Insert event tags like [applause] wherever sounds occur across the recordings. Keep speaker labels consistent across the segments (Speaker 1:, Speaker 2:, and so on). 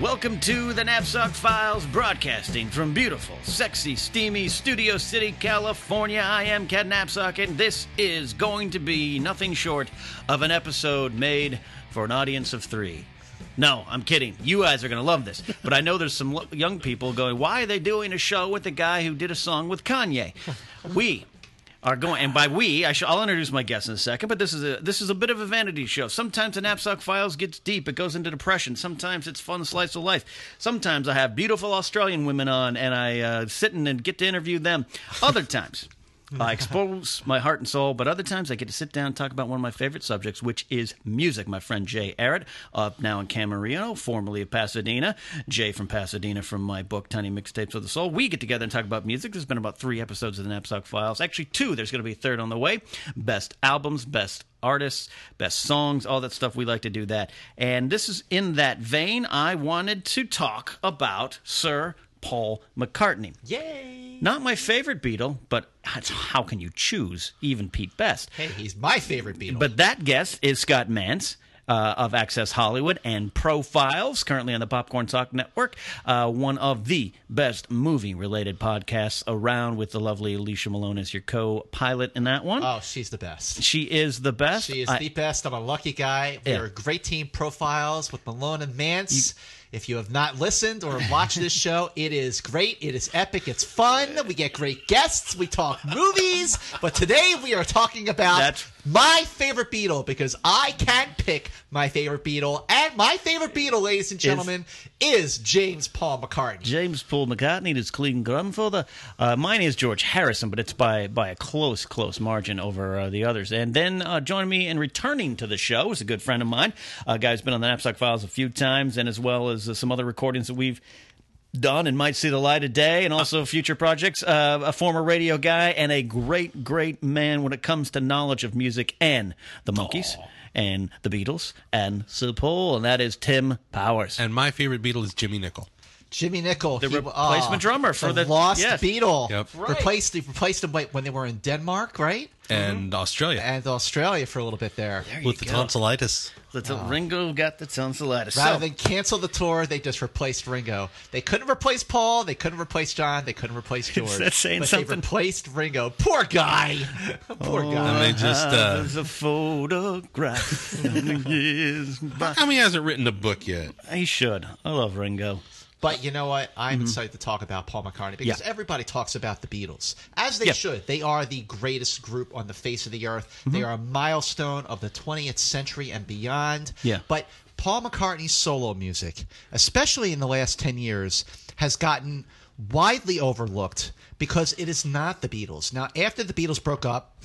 Speaker 1: Welcome to the Knapsack Files, broadcasting from beautiful, sexy, steamy Studio City, California. I am Cat Knapsack, and this is going to be nothing short of an episode made for an audience of three. No, I'm kidding. You guys are going to love this. But I know there's some lo- young people going, why are they doing a show with the guy who did a song with Kanye? We are going, and by we, I shall, I'll introduce my guests in a second. But this is a this is a bit of a vanity show. Sometimes the knapsack files gets deep; it goes into depression. Sometimes it's fun slice of life. Sometimes I have beautiful Australian women on, and I uh, sit in and get to interview them. Other times. I expose my heart and soul, but other times I get to sit down and talk about one of my favorite subjects, which is music. My friend Jay Arrett, up now in Camarillo, formerly of Pasadena. Jay from Pasadena from my book, Tiny Mixtapes of the Soul. We get together and talk about music. There's been about three episodes of the Knapsack Files. Actually, two. There's going to be a third on the way. Best albums, best artists, best songs, all that stuff. We like to do that. And this is in that vein. I wanted to talk about Sir Paul McCartney. Not my favorite Beatle, but that's- how can you choose even Pete Best?
Speaker 2: Hey, he's my favorite Beatle.
Speaker 1: But that guest is Scott Mance. Uh, of Access Hollywood and Profiles, currently on the Popcorn Talk Network, uh, one of the best movie related podcasts around with the lovely Alicia Malone as your co pilot in that one.
Speaker 2: oh, she's the best.
Speaker 1: she is the best.
Speaker 2: She is
Speaker 1: I-
Speaker 2: the best. I'm a lucky guy. We
Speaker 1: Yeah.
Speaker 2: are a great team profiles with Malone and Mance. if you have not listened or watched this show, [laughs] it is great. It is epic. It's fun. We get great guests. We talk movies. But today we are talking about
Speaker 1: That's-
Speaker 2: my favorite Beatle because I can pick my favorite Beatle. And my favorite Beatle, ladies and gentlemen, is, James Paul McCartney.
Speaker 1: James Paul McCartney, das Clean Grandfather. Uh, mine is George Harrison, but it's by by a close, close margin over uh, the others. And then uh, joining me and returning to the show is a good friend of mine, a guy who's been on the Knapsack Files a few times, and as well as uh, some other recordings that we've done and might see the light of day, and also future projects. Uh, a former radio guy and a great, great man when it comes to knowledge of music and the Monkees. And the Beatles and Sir Paul, and that is Tim Powers.
Speaker 3: And my favorite Beatle is Jimmy Nickel.
Speaker 2: Jimmy Nickel,
Speaker 1: The
Speaker 2: he-
Speaker 1: replacement
Speaker 2: ah,
Speaker 1: drummer for the-
Speaker 2: lost
Speaker 1: yes.
Speaker 2: Beatle,
Speaker 3: Yep. Right.
Speaker 2: replaced they replaced him when they were in Denmark, right,
Speaker 3: And Australia
Speaker 2: and Australia for a little bit there.
Speaker 3: with the tonsillitis.
Speaker 1: The t- Ringo got the tonsillitis. So-
Speaker 2: Rather than cancel the tour, they just replaced Ringo. They couldn't replace Paul. They couldn't replace John. They couldn't
Speaker 1: [laughs]
Speaker 2: replace George.
Speaker 1: That's saying
Speaker 2: but They
Speaker 1: something.
Speaker 2: replaced Ringo. Poor guy. [laughs] Poor
Speaker 3: And
Speaker 2: guy.
Speaker 3: they just. Uh,
Speaker 1: There's a photograph.
Speaker 2: [laughs]
Speaker 1: Yes, but-
Speaker 3: how come he hasn't written a book yet?
Speaker 1: he should. I love Ringo.
Speaker 2: But you know what? I'm excited to talk about Paul McCartney because
Speaker 1: Mm-hmm. Yeah.
Speaker 2: everybody talks about the Beatles, as they
Speaker 1: Yeah.
Speaker 2: should. They are the greatest group on the face of the earth. They
Speaker 1: Mm-hmm.
Speaker 2: are a milestone of the 20th century and beyond.
Speaker 1: Yeah.
Speaker 2: But Paul McCartney's solo music, especially in the last 10 years, has gotten widely overlooked because it is not the Beatles. Now, after the Beatles broke up,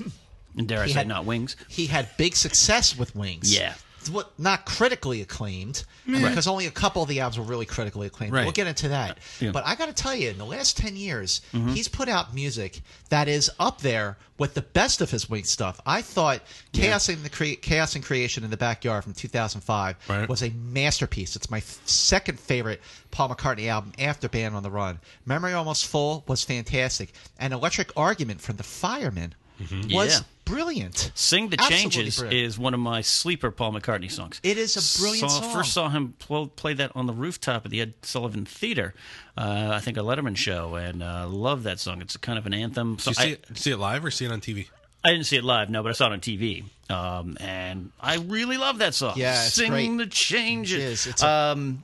Speaker 1: And dare I
Speaker 2: He
Speaker 1: say,
Speaker 2: had-
Speaker 1: not wings.
Speaker 2: he had big success with Wings.
Speaker 1: Yeah.
Speaker 2: What, not critically acclaimed because only a couple of the albums were really critically acclaimed.
Speaker 3: Right.
Speaker 2: We'll get into that. But I got to tell you, in the last 10 years,
Speaker 1: Mm-hmm.
Speaker 2: he's put out music that is up there with the best of his Wings stuff. I thought Chaos, in the Cre- Chaos and Creation in the Backyard from 2005
Speaker 3: Right.
Speaker 2: was a masterpiece. It's my f- second favorite Paul McCartney album after Band on the Run. Memory Almost Full was fantastic. And Electric Argument from The Firemen was
Speaker 1: Mm-hmm. Yeah.
Speaker 2: brilliant.
Speaker 1: Sing the
Speaker 2: Absolutely
Speaker 1: Changes
Speaker 2: brilliant.
Speaker 1: is one of my sleeper Paul McCartney songs.
Speaker 2: It is a brilliant
Speaker 1: Saw-
Speaker 2: song.
Speaker 1: First saw him pl- play that on the rooftop at the Ed Sullivan Theater, uh, I think a Letterman show, and uh, love that song. It's kind of an anthem. So
Speaker 3: Did you
Speaker 1: I,
Speaker 3: see, it, see it live or see it on TV?
Speaker 1: I didn't see it live, no, but I saw it on TV, um, and I really love that song.
Speaker 2: Yeah, it's
Speaker 1: Sing
Speaker 2: great.
Speaker 1: the Changes.
Speaker 2: It is. It's a-
Speaker 1: um,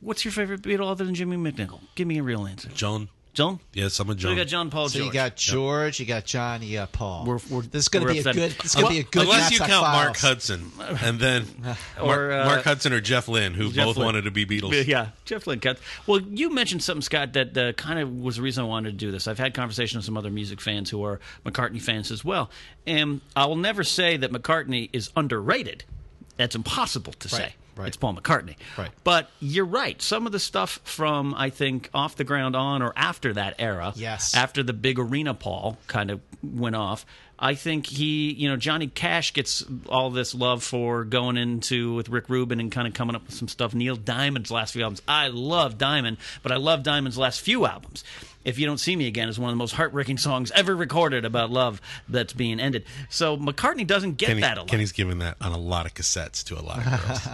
Speaker 1: what's your favorite Beatle other than Jimmy McNichol? Give me a real answer.
Speaker 3: Joan
Speaker 1: John?
Speaker 3: Yes, I'm a
Speaker 1: So
Speaker 3: John.
Speaker 1: we got John Paul
Speaker 2: So
Speaker 1: George.
Speaker 2: you got George, you got John, you got Paul.
Speaker 1: We're- we're-
Speaker 2: this is going
Speaker 1: we're
Speaker 2: to be a
Speaker 1: upsetting.
Speaker 2: good. This is going to be a good.
Speaker 3: Unless you
Speaker 2: Knapsack
Speaker 3: count Mark
Speaker 2: Files.
Speaker 3: Hudson,
Speaker 1: [laughs]
Speaker 3: and then
Speaker 1: Or,
Speaker 3: Mark,
Speaker 1: uh,
Speaker 3: Mark Hudson or Jeff Lynne, who
Speaker 1: Jeff
Speaker 3: both
Speaker 1: Lynne.
Speaker 3: wanted to be
Speaker 1: Yeah,
Speaker 3: Beatles.
Speaker 1: Yeah, Jeff Lynne cut. Well, you mentioned something, Scott, that uh, kind of was the reason I wanted to do this. I've had conversations with some other music fans who are McCartney fans as well, and I will never say that McCartney is underrated. That's impossible to say.
Speaker 2: right.
Speaker 1: It's Paul McCartney.
Speaker 2: Right.
Speaker 1: But you're right. Some of the stuff from I think off the ground on or after that era,
Speaker 2: Yes.
Speaker 1: after the big arena Paul kind of went off. I think he, you know, Johnny Cash gets all this love for going into with Rick Rubin and kind of coming up with some stuff. Neil Diamond's last few albums. I love Diamond, but I love Diamond's last few albums. If You Don't See Me Again is one of the most heartbreaking songs ever recorded about love that's being ended. So McCartney doesn't get
Speaker 3: Kenny,
Speaker 1: that a lot.
Speaker 3: Kenny's giving that on a lot of cassettes to a lot
Speaker 1: [laughs]
Speaker 3: of girls.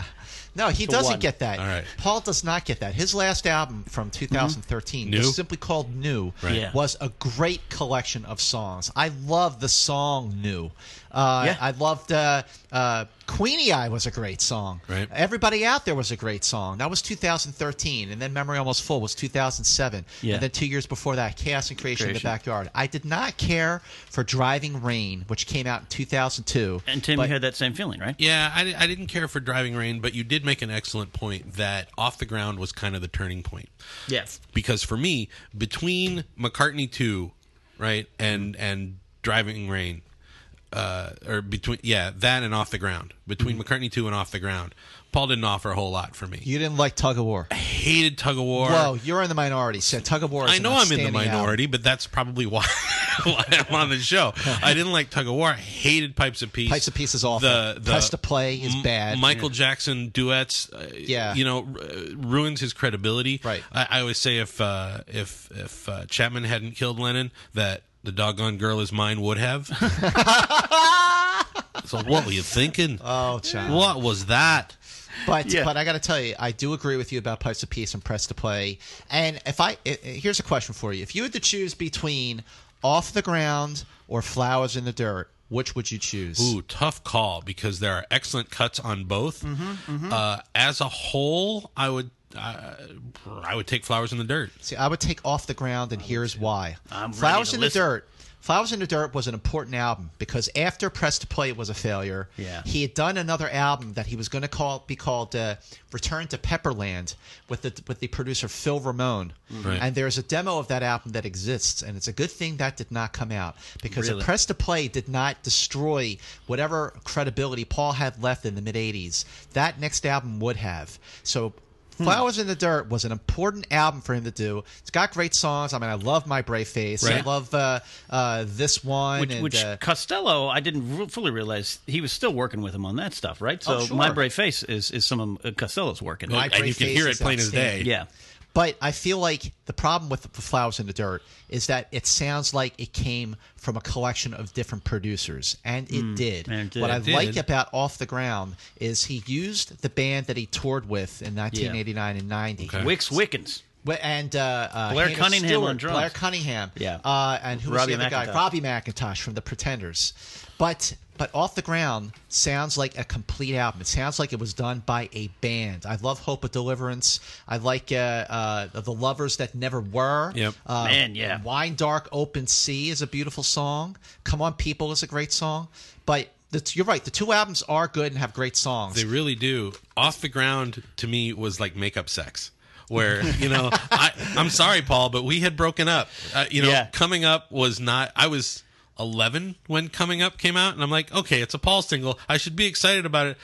Speaker 2: No, he doesn't
Speaker 1: one.
Speaker 2: get that.
Speaker 3: All right. Mm-hmm.
Speaker 2: Paul does not get that. His last album from 2013,
Speaker 3: New?
Speaker 2: was simply called New,
Speaker 1: Yeah.
Speaker 2: was a great collection of songs. I love the song New. Uh,
Speaker 1: Yeah.
Speaker 2: I loved uh, uh, Queenie Eye was a great song.
Speaker 3: Right.
Speaker 2: Everybody Out There was a great song. That was 2013. And then Memory Almost Full was 2007.
Speaker 1: Yeah.
Speaker 2: And then two years before that, Chaos and Creation, in the
Speaker 1: Creation.
Speaker 2: Backyard. I did not care for Driving Rain, which came out in 2002.
Speaker 1: and Tim,
Speaker 2: but-
Speaker 1: you had that same feeling, right?
Speaker 3: Yeah, I, di- I didn't care for Driving Rain, but you did make an excellent point that Off the Ground was kind of the turning point.
Speaker 1: Yes.
Speaker 3: Because for me, between McCartney 2, right, and and Driving Rain, uh, or between, yeah, that and Off the Ground, between
Speaker 2: Mm-hmm.
Speaker 3: McCartney 2 and Off the Ground, Paul didn't offer a whole lot for me.
Speaker 2: you didn't like Tug of War.
Speaker 3: Hated Tug of War.
Speaker 2: Whoa, you're in the minority. So tug of war. Is
Speaker 3: I
Speaker 2: an
Speaker 3: know I'm in the
Speaker 2: outstanding album.
Speaker 3: minority, but that's probably why, [laughs] why I'm on the
Speaker 2: [laughs]
Speaker 3: show. I didn't like Tug of War. I hated Pipes of Peace.
Speaker 2: Pipes of Peace is awful. Press to Play is
Speaker 3: M-
Speaker 2: bad.
Speaker 3: Michael Jackson duets, uh,
Speaker 2: Yeah.
Speaker 3: you know, r- uh, ruins his credibility.
Speaker 2: Right.
Speaker 3: I, I always say if uh, if if uh, Chapman hadn't killed Lennon, that the doggone girl is mine
Speaker 2: [laughs]
Speaker 3: would have. so what were you thinking?
Speaker 2: Oh, child.
Speaker 3: what was that?
Speaker 2: But
Speaker 1: Yeah.
Speaker 2: but I got to tell you, I do agree with you about Pipes of Peace and Press to Play. And if I i- i- here's a question for you: If you had to choose between Off the Ground or Flowers in the Dirt, which would you choose?
Speaker 3: Ooh, tough call because there are excellent cuts on both.
Speaker 2: Mm-hmm,
Speaker 3: Uh, as a whole, I would uh, I would take flowers in the dirt.
Speaker 2: See, I would take Off the Ground, and here's why:
Speaker 1: I'm ready
Speaker 2: Flowers
Speaker 1: to
Speaker 2: in
Speaker 1: listen.
Speaker 2: the Dirt. Flowers in the Dirt was an important album because after Press to Play was a failure,
Speaker 1: Yeah.
Speaker 2: he had done another album that he was going to call be called uh, Return to Pepperland with the with the producer Phil Ramone,
Speaker 3: Right.
Speaker 2: and there's a demo of that album that exists, and it's a good thing that did not come out because
Speaker 1: Really?
Speaker 2: if Press to Play did not destroy whatever credibility Paul had left in the mid '80s, that next album would have. So.
Speaker 1: Hmm.
Speaker 2: Flowers in the Dirt was an important album for him to do. It's got great songs. I mean, I love My Brave Face. I
Speaker 3: Right.
Speaker 2: love uh, uh, this one.
Speaker 1: Which,
Speaker 2: and,
Speaker 1: which
Speaker 2: uh,
Speaker 1: Costello, I didn't re- fully realize he was still working with him on that stuff, right? So
Speaker 2: Oh, sure.
Speaker 1: my brave face is is some of uh, Costello's working.
Speaker 2: My
Speaker 3: and you
Speaker 2: Brave
Speaker 3: can
Speaker 2: Face
Speaker 3: hear
Speaker 2: is
Speaker 3: it plain as day.
Speaker 2: outstanding.
Speaker 1: yeah,
Speaker 2: But I feel like the problem with the Flowers in the Dirt is that it sounds like it came from a collection of different producers, and it, did.
Speaker 1: Hmm. and it
Speaker 2: What I
Speaker 1: did.
Speaker 2: like about Off the Ground is he used the band that he toured with in 1989 and 90.
Speaker 3: Okay.
Speaker 1: Wicks Wickens.
Speaker 2: Wh- And uh, uh,
Speaker 1: Blair
Speaker 2: Hannah
Speaker 1: Cunningham
Speaker 2: Stewart,
Speaker 1: on drums.
Speaker 2: Blair Cunningham.
Speaker 1: Yeah.
Speaker 2: Uh, and who was
Speaker 1: Robbie
Speaker 2: the other
Speaker 1: McIntosh.
Speaker 2: guy? Robbie McIntosh from The Pretenders. But but off the ground sounds like a complete album. It sounds like it was done by a band. I love Hope of Deliverance. I like uh, uh, the Lovers that Never Were.
Speaker 3: Yep.
Speaker 2: Uh,
Speaker 1: Man, yeah.
Speaker 2: Wine Dark Open Sea is a beautiful song. Come on, People is a great song. But the t- you're right. The two albums are good and have great songs.
Speaker 3: They really do. Off the ground to me was like makeup sex. Where you know, I, I'm sorry, Paul, but we had broken up. Uh, you know,
Speaker 1: Yeah.
Speaker 3: coming up was not. I was 11 when coming up came out, and I'm like, okay, it's a Paul single. I should be excited about it.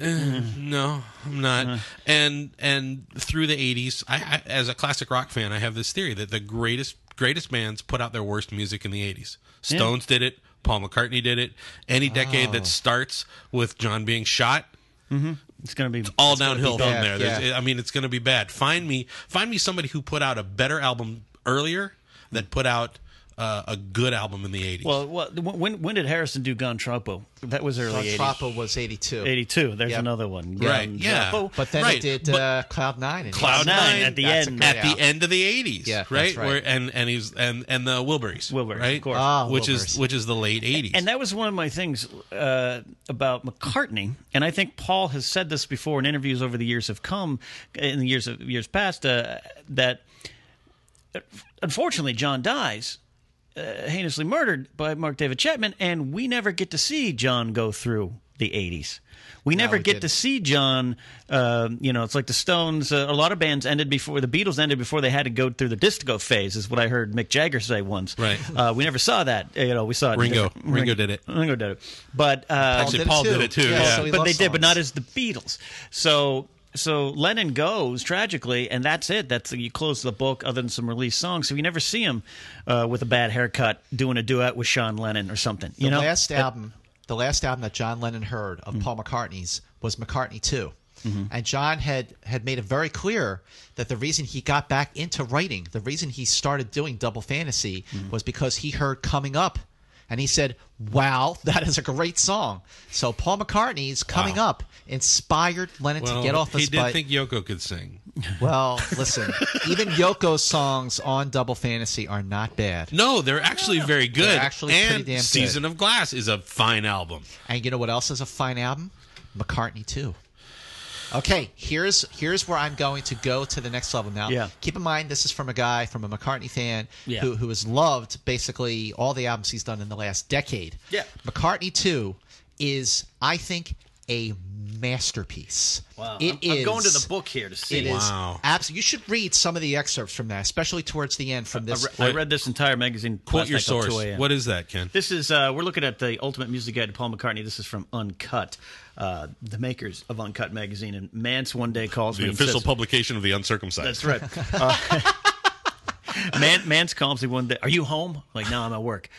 Speaker 3: Eh, no, I'm not. And and through the 80s, I, I as a classic rock fan, I have this theory that the greatest greatest bands put out their worst music in the 80s. Stones did it. Paul McCartney did it. Any decade that starts with John being shot
Speaker 1: It's going to be
Speaker 3: all downhill from
Speaker 2: bad,
Speaker 3: there. There's
Speaker 2: yeah.
Speaker 3: I mean, it's going to be bad. Find me, find me somebody who put out a better album earlier that put out uh, a good album in the eighties.
Speaker 1: Well, well, when when did Harrison do Gontropo? That was
Speaker 2: Don
Speaker 1: early 80s.
Speaker 2: Troppo was 82.
Speaker 1: 82. There's
Speaker 2: Yep.
Speaker 1: another one.
Speaker 3: Right, yeah.
Speaker 1: Gontropo.
Speaker 2: But then
Speaker 3: Right,
Speaker 2: he did
Speaker 3: but-
Speaker 2: uh, Cloud Nine. and
Speaker 3: Cloud
Speaker 1: Nine
Speaker 3: Nine
Speaker 1: at the
Speaker 2: that's a
Speaker 1: end.
Speaker 2: great
Speaker 3: at the
Speaker 2: album.
Speaker 3: end of the eighties,
Speaker 2: Yeah,
Speaker 3: right?
Speaker 2: that's right.
Speaker 3: Where and and he's and and the Wilburys,
Speaker 1: Wilburys,
Speaker 3: right?
Speaker 1: of course.
Speaker 2: Ah,
Speaker 3: which
Speaker 2: Wilburys.
Speaker 3: is which is the late eighties.
Speaker 1: And that was one of my things uh, about McCartney, and I think Paul has said this before in interviews over the years have come in the years of years past uh, that unfortunately, John dies, uh, heinously murdered by Mark David Chapman, and we never get to see John go through the 80s. We never
Speaker 2: we
Speaker 1: get to
Speaker 2: didn't.
Speaker 1: see John. Uh, you know, it's like the Stones. Uh, a lot of bands ended before the Beatles ended before they had to go through the disco phase, is what I heard Mick Jagger say once.
Speaker 3: Right.
Speaker 1: Uh, we never saw that. You know, we saw it in
Speaker 3: Ringo.
Speaker 1: different-
Speaker 3: Ringo did it.
Speaker 1: Ringo did it. But uh,
Speaker 3: Actually, Paul did it too, yeah.
Speaker 2: so we
Speaker 1: but
Speaker 2: love
Speaker 1: they did, but
Speaker 2: songs.
Speaker 1: not as the Beatles. So so Lennon goes tragically, and that's it. That's you close the book, other than some released songs. So you never see him uh, with a bad haircut doing a duet with Sean Lennon or something. You
Speaker 2: the
Speaker 1: know, Mm-hmm.
Speaker 2: last album, the last album that John Lennon heard of Paul McCartney's was McCartney 2 And John had had made it very clear that the reason he got back into writing, the reason he started doing Double Fantasy,
Speaker 1: Mm-hmm.
Speaker 2: was because he heard Coming Up, and he said, "Wow, [laughs] that is a great song." So Paul McCartney's Coming Up inspired Lennon
Speaker 3: Well,
Speaker 2: to get off
Speaker 3: he
Speaker 2: his
Speaker 3: did
Speaker 2: butt.
Speaker 3: think Yoko could sing.
Speaker 2: well, listen, even Yoko's songs on Double Fantasy are not bad.
Speaker 3: No, they're actually very good.
Speaker 2: actually pretty
Speaker 3: and
Speaker 2: damn good.
Speaker 3: Season of Glass is a fine album.
Speaker 2: And you know what else is a fine album? McCartney too. Okay, here's here's where I'm going to go to the next level now.
Speaker 1: Yeah.
Speaker 2: Keep in mind this is from a guy from a McCartney fan
Speaker 1: Yeah.
Speaker 2: who who has loved basically all the albums he's done in the last decade.
Speaker 1: Yeah.
Speaker 2: McCartney 2 is I think a masterpiece. Wow. It
Speaker 1: I'm
Speaker 2: is-
Speaker 1: going to the book here to see.
Speaker 2: It is
Speaker 3: Wow.
Speaker 2: abs- you should read some of the excerpts from that, especially towards the end from this
Speaker 1: I read this entire magazine. last
Speaker 3: Quote your
Speaker 1: night till
Speaker 3: source.
Speaker 1: 2 a.m.
Speaker 3: What is that, Ken?
Speaker 1: This is uh, we're looking at the Ultimate Music Guide to Paul McCartney. This is from Uncut, uh, the makers of Uncut magazine. And Mance one day calls
Speaker 3: The
Speaker 1: me and
Speaker 3: official
Speaker 1: says-
Speaker 3: publication of the uncircumcised.
Speaker 1: That's right. Uh, [laughs] Man, Mance calls me one day. Are you home? I'm like, no, I'm at work.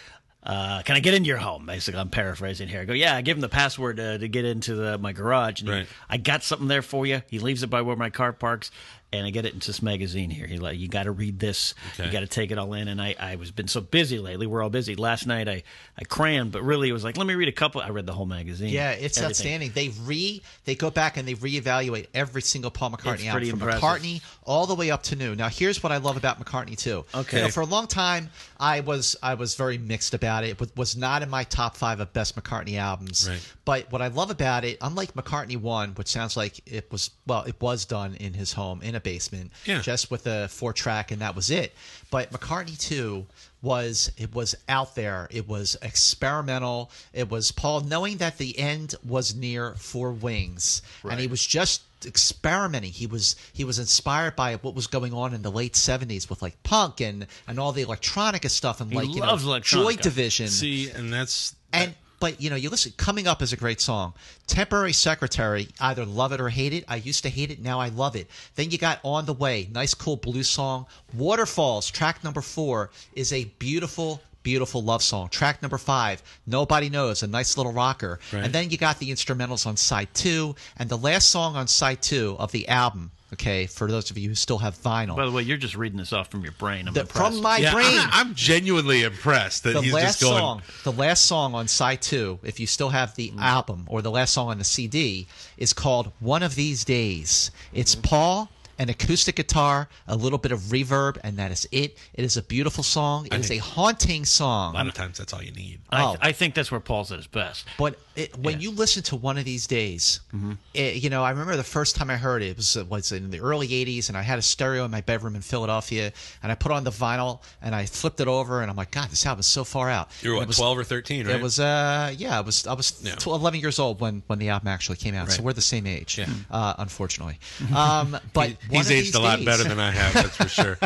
Speaker 1: Uh, can I get into your home? Basically, I'm paraphrasing here. I go, yeah. I give him the password uh, to get into the, my garage, and he-
Speaker 3: Right.
Speaker 1: I got something there for you. He leaves it by where my car parks, and I get it into this magazine here. He like, you got to read this. You
Speaker 3: Okay.
Speaker 1: got to take it all in. And I, I was been so busy lately. We're all busy. Last night I, I crammed, but really it was like, let me read a couple. I read the whole magazine.
Speaker 2: Yeah, it's
Speaker 1: everything.
Speaker 2: outstanding. They re they go back and they reevaluate every single Paul McCartney
Speaker 1: It's
Speaker 2: album
Speaker 1: pretty
Speaker 2: from
Speaker 1: impressive.
Speaker 2: McCartney all the way up to new. Now here's what I love about McCartney too.
Speaker 1: Okay.
Speaker 2: You know, for a long time I was I was very mixed about it. It was- was not in my top five of best McCartney albums.
Speaker 3: Right.
Speaker 2: But what I love about it, unlike McCartney One, which sounds like it was well, it was done in his home in a basement,
Speaker 3: Yeah.
Speaker 2: just with a four track and that was it. But McCartney Two was it was out there. It was experimental. It was Paul knowing that the end was near for Wings, and he was just experimenting he was he was inspired by what was going on in the late 70s with like punk and and all the electronica stuff and like you
Speaker 1: loves
Speaker 2: know joy
Speaker 1: electronica.
Speaker 2: division
Speaker 3: See, and that's
Speaker 2: and but you know, you listen. Coming up is a great song. Temporary Secretary, either love it or hate it. I used to hate it, now I love it. Then you got On the Way, nice cool blue song. Waterfalls, track number four, is a beautiful, beautiful love song. Track number five, Nobody Knows, a nice little rocker. And then you got the instrumentals on side two, and the last song on side two of the album. Okay, for those of you who still have vinyl,
Speaker 1: By the way, you're just reading this off from your brain. I'm
Speaker 2: The-
Speaker 1: impressed.
Speaker 2: from my
Speaker 3: yeah,
Speaker 2: brain.
Speaker 3: I'm, I'm genuinely impressed that
Speaker 2: the
Speaker 3: he's
Speaker 2: last
Speaker 3: just going.
Speaker 2: song, the last song on side two, if you still have the
Speaker 3: Mm.
Speaker 2: album or the last song on the CD, is called "One of These Days." It's
Speaker 3: Mm-hmm.
Speaker 2: Paul, an acoustic guitar, a little bit of reverb, and that is it. It is a beautiful song. It is a haunting song.
Speaker 3: A lot of times, that's all you need.
Speaker 1: I,
Speaker 2: Oh.
Speaker 1: I think that's where Paul's at his best.
Speaker 2: But it, when you listen to one of these days,
Speaker 3: Mm-hmm.
Speaker 2: it, you know, I remember the first time I heard it, it was, was in the early 80s, and I had a stereo in my bedroom in Philadelphia, and I put on the vinyl, and I flipped it over, and I'm like, God, this album is so far out.
Speaker 3: You were
Speaker 2: And
Speaker 3: what,
Speaker 2: it was-
Speaker 3: 12 or 13, right?
Speaker 2: It was, uh, yeah, I was, I was
Speaker 3: Yeah.
Speaker 2: 12, 11 years old when, when the album actually came out, so
Speaker 3: Right.
Speaker 2: we're the same age, uh,
Speaker 3: [laughs]
Speaker 2: unfortunately. Um, but one
Speaker 3: he's
Speaker 2: of
Speaker 3: aged
Speaker 2: these
Speaker 3: a lot
Speaker 2: days-
Speaker 3: better than I have, that's for
Speaker 2: [laughs]
Speaker 3: sure.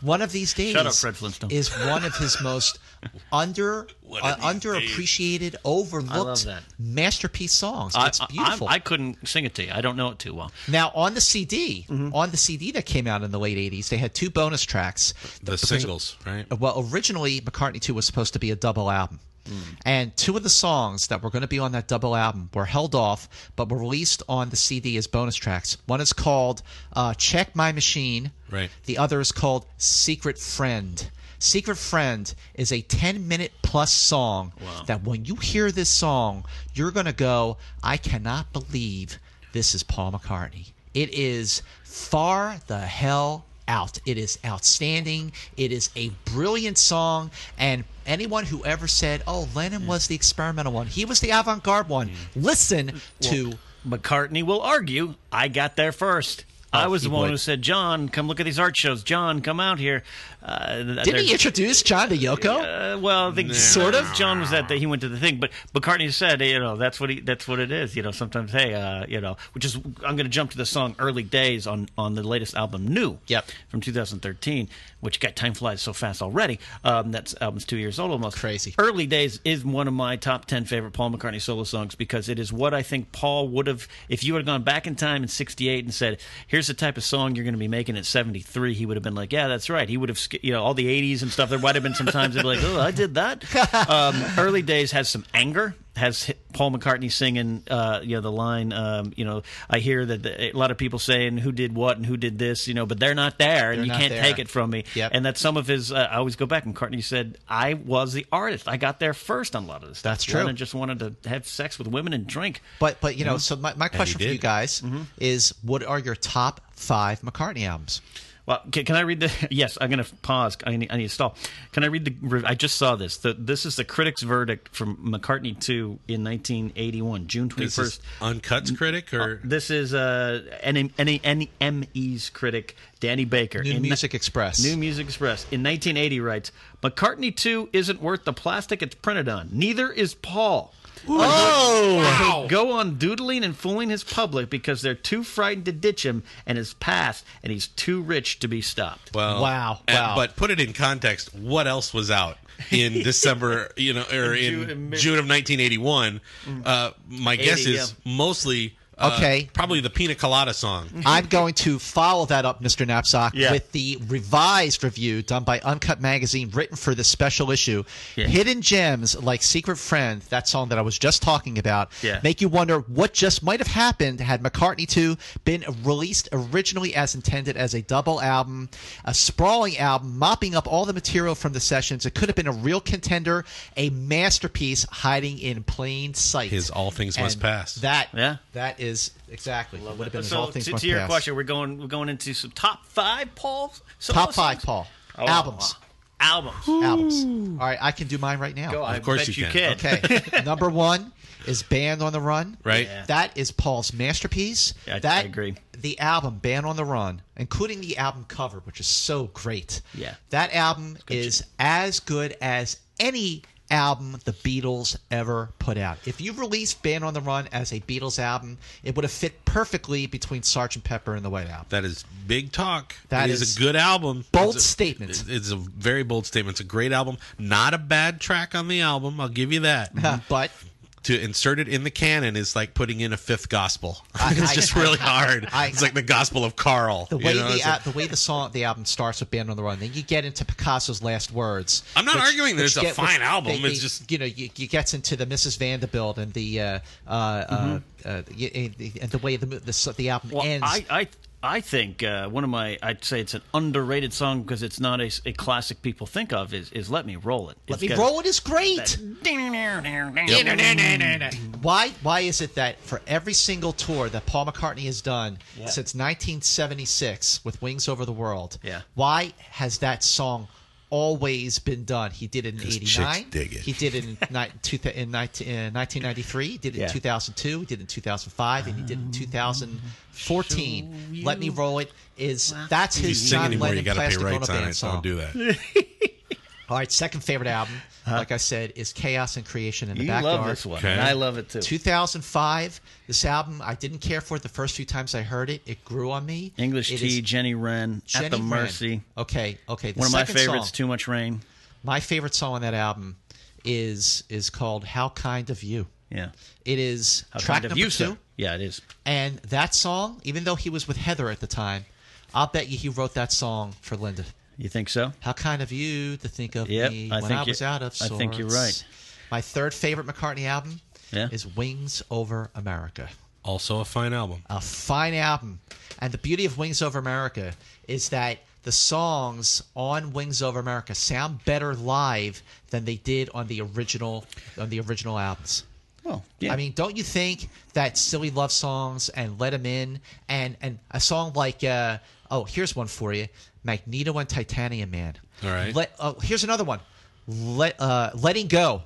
Speaker 2: one of these days
Speaker 1: Shut up, Fred Flintstone.
Speaker 2: is one of his
Speaker 1: [laughs]
Speaker 2: most under
Speaker 3: One
Speaker 2: uh,
Speaker 3: of these
Speaker 2: underappreciated, overlooked
Speaker 1: that.
Speaker 2: masterpiece songs.
Speaker 1: I-
Speaker 2: It's
Speaker 1: I- I'm-
Speaker 2: beautiful.
Speaker 1: I, couldn't sing it to you. I don't know it too well.
Speaker 2: now on the CD,
Speaker 1: Mm-hmm.
Speaker 2: on the CD that came out in the late '80s, they had two bonus tracks.
Speaker 3: The singles, right?
Speaker 2: Well, originally McCartney 2 was supposed to be a double album.
Speaker 1: Mm.
Speaker 2: And two of the songs that were going to be on that double album were held off, but were released on the CD as bonus tracks. One is called uh, Check My Machine.
Speaker 3: Right.
Speaker 2: The other is called Secret Friend. Secret Friend is a 10 minute plus song that when you hear this song, you're going to go, I cannot believe this is Paul McCartney. It is far the hell out. It is outstanding. It is a brilliant song. And anyone who ever said, oh, Lennon was the experimental one, he was the avant garde one, listen to.
Speaker 1: McCartney will argue I got there first.
Speaker 2: Oh,
Speaker 1: I was
Speaker 3: he
Speaker 1: the one
Speaker 3: would.
Speaker 1: who said, "John, come look at these art shows. John, come out here." Uh,
Speaker 2: Didn't he introduce John to Yoko?
Speaker 1: Uh, well, I think
Speaker 2: Sort of.
Speaker 1: John was that that he went to the thing, but but Cartney said, you know, that's what he that's what it is. You know, sometimes hey, uh, you know, which is I'm going to jump to the song "Early Days" on on the latest album, New.
Speaker 2: Yep.
Speaker 1: From 2013, which got time flies so fast already. Um, that's album's two years old almost.
Speaker 2: Crazy.
Speaker 1: "Early Days" is one of my top ten favorite Paul McCartney solo songs because it is what I think Paul would have if you had gone back in time in '68 and said, "Here's the type of song you're going to be making at '73," he would have been like, "Yeah, that's right." He would have, sk- you know, all the '80s and stuff. There might have been some times they'd be like, "Oh, I did
Speaker 2: [laughs]
Speaker 1: that." Um, "Early Days" has some anger. Has hi- Paul McCartney singing, uh, you know, the line, um, you know, I hear that the, a lot of people saying who did what and who did this, you know, but they're not there and
Speaker 2: They're
Speaker 1: you
Speaker 2: not
Speaker 1: can't
Speaker 2: there.
Speaker 1: take it from me.
Speaker 2: Yep.
Speaker 1: And that some of his, uh, I always go back. McCartney said, "I was the artist. I got there first on a lot of this stuff.
Speaker 2: That's true.
Speaker 1: Lennon just wanted to have sex with women and drink.
Speaker 2: But but you know, so my, my question for
Speaker 3: did.
Speaker 2: you guys is what are your top five McCartney albums?
Speaker 1: Well, can, can I read the? [laughs] Yes, I'm going to pause. I need, I need to stall. Can I read the? rev- I just saw this. The, this is the critics' verdict from McCartney 2 in 1981, June 21st.
Speaker 3: Is this Uncuts critic
Speaker 2: Oh,
Speaker 3: or
Speaker 1: This is uh, N- N- NME's critic Danny Baker.
Speaker 2: New
Speaker 1: in
Speaker 2: Music Express.
Speaker 1: New Music Express in 1980 writes McCartney 2 isn't worth the plastic it's printed on. Neither is Paul. Oh! They go on doodling and fooling his public because they're too frightened to ditch him and his past, and he's too rich to be stopped.
Speaker 3: well,
Speaker 2: Wow,
Speaker 3: and-
Speaker 2: wow.
Speaker 3: But put it in context. What else was out in
Speaker 2: [laughs]
Speaker 3: December? You know, or in, June, of 1981?
Speaker 2: Mm.
Speaker 3: Uh, my guess is mostly uh,
Speaker 2: Okay. Mm-hmm.
Speaker 3: Probably the Pina Colada song.
Speaker 2: I'm going to follow that up, Mr. Knapsack,
Speaker 1: Yeah.
Speaker 2: with the revised review done by Uncut Magazine, written for this special issue. Hidden gems like Secret Friend, that song that I was just talking about,
Speaker 1: Yeah.
Speaker 2: make you wonder what just might have happened had McCartney 2 been released originally as intended as a double album, a sprawling album, mopping up all the material from the sessions. It could have been a real contender, a masterpiece hiding in plain sight.
Speaker 3: His All Things Must
Speaker 2: And
Speaker 3: Pass.
Speaker 2: That,
Speaker 1: Yeah.
Speaker 2: that is exactly what would have been his
Speaker 1: so
Speaker 2: All Things
Speaker 1: to,
Speaker 2: Must
Speaker 1: to your
Speaker 2: Pass.
Speaker 1: question, we're going we're going into some top five, Paul. solo
Speaker 2: Top five,
Speaker 1: songs?
Speaker 2: Paul.
Speaker 1: Oh,
Speaker 2: albums.
Speaker 1: Albums.
Speaker 2: Albums. All right, I can do mine right now.
Speaker 1: Go, I
Speaker 3: Of course
Speaker 1: bet
Speaker 3: you
Speaker 1: you
Speaker 3: can.
Speaker 1: can. [laughs]
Speaker 2: Okay. Number one is Band on the Run.
Speaker 3: Right.
Speaker 2: That is Paul's masterpiece.
Speaker 1: Yeah, I-
Speaker 2: that,
Speaker 1: I agree.
Speaker 2: The album Band on the Run, including the album cover, which is so great.
Speaker 1: Yeah.
Speaker 2: That album is as good as any album the Beatles ever put out. If you released Band on the Run as a Beatles album, it would have fit perfectly between Sgt. Pepper and the White Album.
Speaker 3: That is big talk.
Speaker 2: That
Speaker 3: it is,
Speaker 2: is
Speaker 3: a good album.
Speaker 2: bold
Speaker 3: It's a-
Speaker 2: statement.
Speaker 3: It's, it's a very bold statement. It's a great album. Not a bad track on the album. I'll give you that.
Speaker 2: [laughs] But
Speaker 3: to insert it in the canon is like putting in a fifth gospel. [laughs]
Speaker 2: I-
Speaker 3: it's
Speaker 2: I-
Speaker 3: just really hard.
Speaker 2: I-
Speaker 3: it's like the gospel of Carl.
Speaker 2: The
Speaker 3: you
Speaker 2: way
Speaker 3: know,
Speaker 2: the
Speaker 3: it's
Speaker 2: al-
Speaker 3: like-
Speaker 2: the way the song the album starts with "Band on the Run," then you get into Picasso's last words.
Speaker 3: I'm not arguing there's a fine album,
Speaker 2: they-
Speaker 3: it's
Speaker 2: they-
Speaker 3: just-
Speaker 2: you know you, you gets into the Mrs. Vanderbilt and the uh, uh, uh uh, y- and the- and the way the mo- the, so- the album
Speaker 1: Mm-hmm. Well,
Speaker 2: ends.
Speaker 1: I, I, I think uh, one of my, I'd say it's an underrated song because it's not a, a classic people think of is, is "Let Me Roll It."
Speaker 2: Let me roll it is great. Why why is it that for every single tour that Paul McCartney has done since 1976 with Wings Over the World,
Speaker 1: Yeah.
Speaker 2: why has that song always been done? He did it in
Speaker 3: chicks
Speaker 2: 89.
Speaker 3: dig it.
Speaker 2: He did
Speaker 3: [laughs]
Speaker 2: it in, ni- two thou- in, 19, in 1993, he did it
Speaker 1: Yeah. Ah.
Speaker 2: in 2002, he did it in 2005, and he did it in 2014. Let Me Roll It is that's
Speaker 3: if you
Speaker 2: his
Speaker 3: sing
Speaker 2: John
Speaker 3: anymore, you
Speaker 2: Lennon
Speaker 3: got to pay
Speaker 2: Plastic on a
Speaker 3: rights on
Speaker 2: Band song.
Speaker 3: it.
Speaker 2: [laughs]
Speaker 3: Don't do that.
Speaker 2: All right, second favorite album, like I said, is Chaos and Creation in the
Speaker 1: You
Speaker 2: Backyard.
Speaker 1: love this one.
Speaker 3: Okay.
Speaker 1: and I love it too.
Speaker 2: 2005. This album, I didn't care for it the first few times I heard it. It grew on me.
Speaker 1: English
Speaker 2: It
Speaker 1: Tea,
Speaker 2: is
Speaker 1: Jenny Wren,
Speaker 2: Jenny
Speaker 1: At the
Speaker 2: Wren.
Speaker 1: Mercy.
Speaker 2: Okay, okay. The
Speaker 1: One of my
Speaker 2: second
Speaker 1: favorites,
Speaker 2: song-
Speaker 1: "Too Much Rain."
Speaker 2: My favorite song on that album is is called "How Kind of You."
Speaker 1: Yeah,
Speaker 2: It is
Speaker 1: How
Speaker 2: track
Speaker 1: kind of
Speaker 2: number
Speaker 1: you,
Speaker 2: two,
Speaker 1: sir. Yeah, it is.
Speaker 2: and that song, even though he was with Heather at the time, I'll bet you he wrote that song for Linda.
Speaker 1: You think so?
Speaker 2: How kind of you to think of
Speaker 1: Yep,
Speaker 2: me
Speaker 1: I
Speaker 2: when
Speaker 1: think
Speaker 2: I was
Speaker 1: you-
Speaker 2: out of
Speaker 1: I
Speaker 2: sorts.
Speaker 1: think you're right.
Speaker 2: My third favorite McCartney album
Speaker 1: Yeah.
Speaker 2: is Wings Over America.
Speaker 3: also a fine album.
Speaker 2: A fine album. And the beauty of Wings Over America is that the songs on Wings Over America sound better live than they did on the original on the original albums.
Speaker 1: Well, yeah.
Speaker 2: I mean, don't you think that silly love songs and "Let 'Em In and and a song like uh, oh, here's one for you, Magneto and Titanium Man.
Speaker 3: All right.
Speaker 2: Let, oh, here's another one, Let uh, Letting Go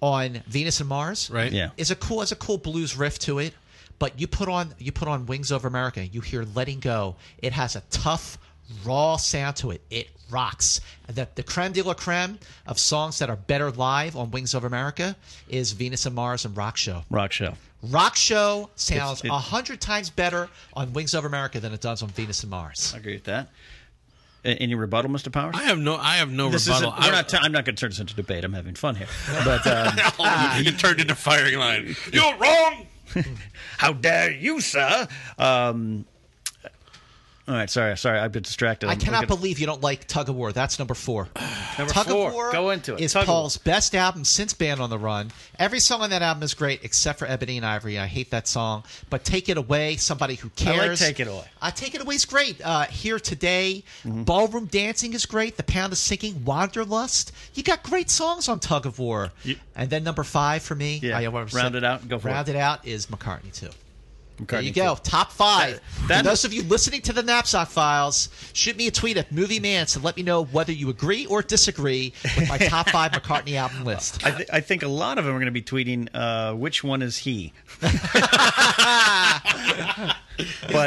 Speaker 2: on Venus and Mars.
Speaker 3: Right.
Speaker 1: Yeah.
Speaker 2: Is a cool is a cool blues riff to it. But you put on you put on Wings Over America, you hear Letting Go. It has a tough, raw sound to it. It rocks. The, the creme de la creme of songs that are better live on Wings Over America is Venus and Mars and Rock Show.
Speaker 1: Rock show.
Speaker 2: Rock Show sounds
Speaker 1: it-
Speaker 2: a hundred times better on Wings Over America than it does on Venus and Mars.
Speaker 1: I agree with that. A- Any rebuttal, Mr. Powers?
Speaker 3: I have no. I have no
Speaker 1: this
Speaker 3: rebuttal.
Speaker 1: isn't. We're
Speaker 3: I- [laughs]
Speaker 1: not. T- I'm not going to turn this into debate. I'm having fun here. But um,
Speaker 3: you turned into firing line. You're wrong.
Speaker 1: how dare you, sir? Um, all right. Sorry. Sorry. I've been distracted.
Speaker 2: I
Speaker 1: I'm
Speaker 2: cannot
Speaker 1: looking-
Speaker 2: believe you don't like Tug of War. That's number four.
Speaker 1: [sighs] Number
Speaker 2: Tug
Speaker 1: four.
Speaker 2: of War
Speaker 1: Go into it.
Speaker 2: is
Speaker 1: Tug of War.
Speaker 2: Paul's best album since Band on the Run. Every song on that album is great except for Ebony and Ivory. I hate that song, but Take It Away, Somebody Who
Speaker 1: like
Speaker 2: Cares.
Speaker 1: Take It Away. Mm-hmm.
Speaker 2: Uh, Take It Away is great. Uh, Here Today, Ballroom Dancing is great. The Pound is Sinking, Wanderlust. You got great songs on Tug of War. and then number five for me,
Speaker 1: Yeah,
Speaker 2: I always
Speaker 1: round
Speaker 2: said-
Speaker 1: it out and go for
Speaker 2: round
Speaker 1: it.
Speaker 2: it out is McCartney too. There you
Speaker 1: McCartney
Speaker 2: go. Top five.
Speaker 1: That- that-
Speaker 2: For those of you listening to the Knapsack Files, shoot me a tweet at Movie Man to let me know whether you agree or disagree with my top five McCartney album
Speaker 1: [laughs]
Speaker 2: list.
Speaker 1: I, th- I think a lot of them are going to be tweeting, uh, which one is he? but,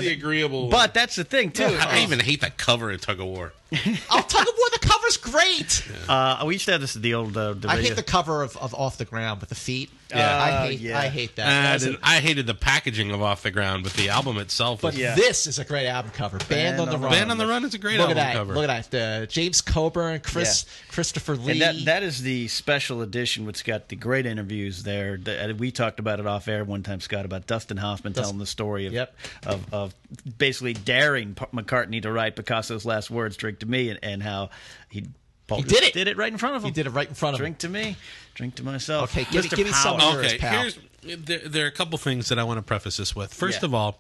Speaker 3: the agreeable. one.
Speaker 1: but that's the thing,
Speaker 2: [laughs]
Speaker 1: too.
Speaker 3: [laughs] I even hate that cover of Tug of War.
Speaker 2: Oh, Tug of War, the cover's great.
Speaker 1: Uh, we used to have this at the old uh, the
Speaker 2: I
Speaker 1: radio-
Speaker 2: hate the cover of, of Off the Ground with the feet.
Speaker 1: Yeah.
Speaker 2: I hate
Speaker 1: yeah.
Speaker 2: I hate that.
Speaker 3: I, didn't- I hated the packaging of Off the Ground, but the album itself.
Speaker 2: but
Speaker 3: Was,
Speaker 1: yeah.
Speaker 2: this is a great album cover. Band, on the Run.
Speaker 3: Band on the Run is a great
Speaker 2: Look at
Speaker 3: album
Speaker 2: that.
Speaker 3: cover.
Speaker 2: Look at that. Uh, James Coburn, Chris Christopher
Speaker 1: And
Speaker 2: Lee.
Speaker 1: that, that is the special edition, which got the great interviews there. The- uh, We talked about it off air one time, Scott, about Dustin Hoffman telling the story of,
Speaker 2: Yep.
Speaker 1: of, of basically daring Pa- McCartney to write Picasso's last words, "Drink to Me," and, and how he Paul
Speaker 2: did
Speaker 1: just
Speaker 2: it.
Speaker 1: did it right in front of him.
Speaker 2: he did it right in front of
Speaker 1: Drink
Speaker 2: me.
Speaker 1: to me, drink to myself.
Speaker 2: Okay, give me-
Speaker 1: Mr.
Speaker 2: give me some
Speaker 1: Powell.
Speaker 2: yours,
Speaker 3: okay,
Speaker 2: pal.
Speaker 3: here's there, there are a couple things that I want to preface this with. First
Speaker 1: Yeah.
Speaker 3: of all,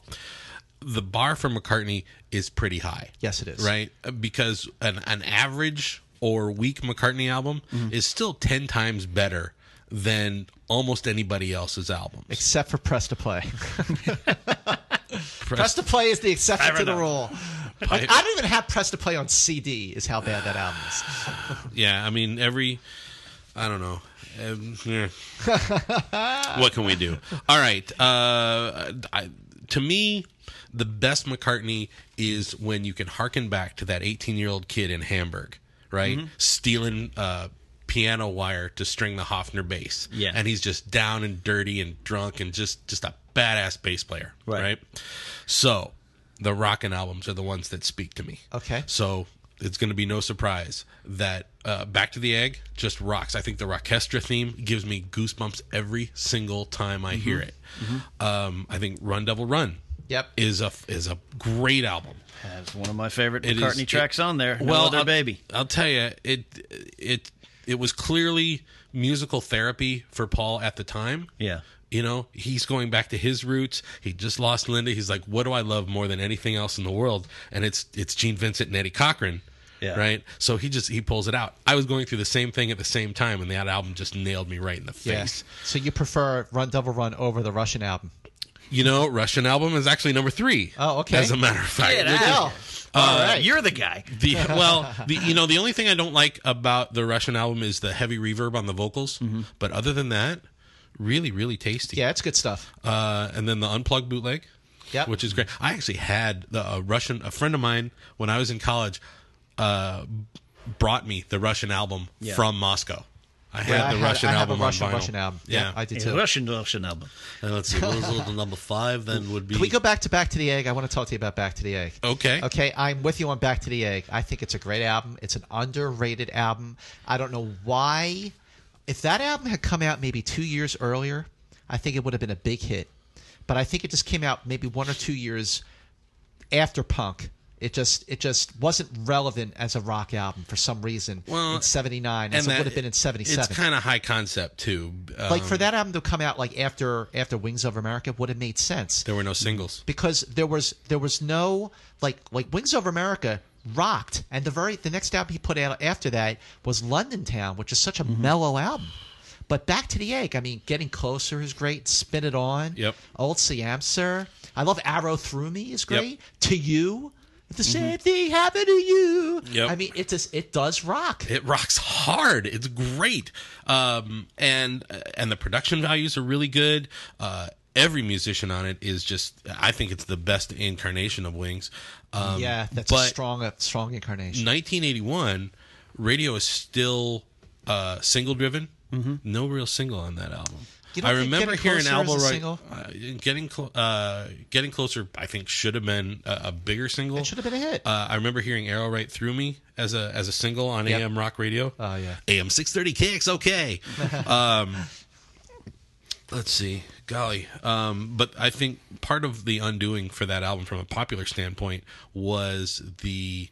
Speaker 3: the bar for McCartney is pretty high.
Speaker 2: Yes, it is.
Speaker 3: Right, because an an average or weak McCartney album
Speaker 2: Mm-hmm.
Speaker 3: is still ten times better than almost anybody else's albums.
Speaker 2: Except for Press to Play. Press to Play is the exception to the rule. Like, I don't even have Press to Play on CD. Is how bad that album is.
Speaker 3: Yeah, I mean every, I don't know. Um, yeah. what can we do? All right. Uh, I, to me, the best McCartney is when you can hearken back to that 18-year-old kid in Hamburg, right, stealing uh, piano wire to string the Hofner bass.
Speaker 1: Yeah.
Speaker 3: and he's just down and dirty and drunk and just just a badass bass player,
Speaker 1: Right.
Speaker 3: right? So, the rockin' albums are the ones that speak to me.
Speaker 2: Okay.
Speaker 3: So it's going to be no surprise that uh, Back to the Egg just rocks. I think the Rockestra theme gives me goosebumps every single time I hear it. Um, I think Run Devil Run.
Speaker 2: Yep.
Speaker 3: Is a is a great album.
Speaker 1: That's one of my favorite
Speaker 3: It is-
Speaker 1: McCartney
Speaker 3: it-
Speaker 1: tracks on there. No
Speaker 3: well,
Speaker 1: Other
Speaker 3: I'll,
Speaker 1: baby.
Speaker 3: I'll tell you, it it it was clearly musical therapy for Paul at the time.
Speaker 1: Yeah.
Speaker 3: You know, he's going back to his roots. He just lost Linda. He's like, what do I love more than anything else in the world? And it's it's Gene Vincent and Eddie Cochran.
Speaker 1: Yeah.
Speaker 3: Right. So he just he pulls it out. I was going through the same thing at the same time, and that album just nailed me right in the face.
Speaker 2: So you prefer Run Double Run over the Russian album?
Speaker 3: You know, Russian album is actually number three.
Speaker 2: Oh, okay.
Speaker 3: As a matter of fact,
Speaker 1: Get
Speaker 3: which is-
Speaker 1: out.
Speaker 2: Oh, all right.
Speaker 1: uh, You're the guy.
Speaker 2: [laughs]
Speaker 3: The well, the, you know, the only thing I don't like about the Russian album is the heavy reverb on the vocals. But other than that, really, really tasty.
Speaker 2: Mm-hmm. yeah, it's good stuff.
Speaker 3: Uh, and then the unplugged bootleg,
Speaker 2: Yep.
Speaker 3: which is great. I actually had the a Russian a friend of mine when I was in college uh, brought me the Russian album
Speaker 1: Yeah.
Speaker 3: from Moscow. I had
Speaker 2: Yeah, I
Speaker 3: the
Speaker 2: had-
Speaker 3: Russian
Speaker 2: I have a
Speaker 3: album
Speaker 2: Russian-
Speaker 3: on vinyl.
Speaker 2: Russian album. Yeah, I did
Speaker 1: It's
Speaker 2: too.
Speaker 1: a Russian Russian album.
Speaker 3: And let's see, what was the number five? Then would
Speaker 2: [laughs]
Speaker 3: be
Speaker 2: Can we go back to Back to the Egg? I want to talk to you about Back to the Egg.
Speaker 3: Okay.
Speaker 2: Okay, I'm with you on Back to the Egg. I think it's a great album. It's an underrated album. I don't know why. If that album had come out maybe two years earlier, I think it would have been a big hit. But I think it just came out maybe one or two years after punk. It just it just wasn't relevant as a rock album for some reason
Speaker 3: Well,
Speaker 2: in '79 as it
Speaker 3: that-
Speaker 2: would have been in '77
Speaker 3: It's kind of high concept too. Um,
Speaker 2: like for that album to come out like after after Wings Over America would have made sense
Speaker 3: there were no singles.
Speaker 2: because there was there was no like like Wings Over America rocked and the very the next album he put out after that was London Town which is such a
Speaker 3: Mm-hmm.
Speaker 2: mellow album but back to the egg I mean getting closer is great spin it on
Speaker 3: Yep.
Speaker 2: old Siamser I love Arrow Through Me is great to you if the same thing happened to you
Speaker 3: Mm-hmm. Yep.
Speaker 2: I mean it just it does rock
Speaker 3: It rocks hard. It's great, um, and and the production values are really good. Uh, every musician on it is just. I think it's the best incarnation of Wings. Um,
Speaker 2: yeah, that's a
Speaker 3: but-
Speaker 2: strong, a strong incarnation.
Speaker 3: 1981, radio is still uh, single driven. No real single on that album.
Speaker 2: Mm-hmm. You don't
Speaker 3: I
Speaker 2: think
Speaker 3: remember
Speaker 2: Getting
Speaker 3: hearing
Speaker 2: Closer
Speaker 3: Album
Speaker 2: is a
Speaker 3: right.
Speaker 2: single?
Speaker 3: Uh, getting clo- uh, getting closer. I think should have been a, a bigger single.
Speaker 2: It should have been a hit.
Speaker 3: Uh, I remember hearing "Arrow Right Through Me" as a as a single on AM rock radio.
Speaker 2: Oh, yeah.
Speaker 3: AM six thirty
Speaker 2: [laughs]
Speaker 3: kicks. Okay. um, let's see, golly. Um, but I think part of the undoing for that album, from a popular standpoint, was the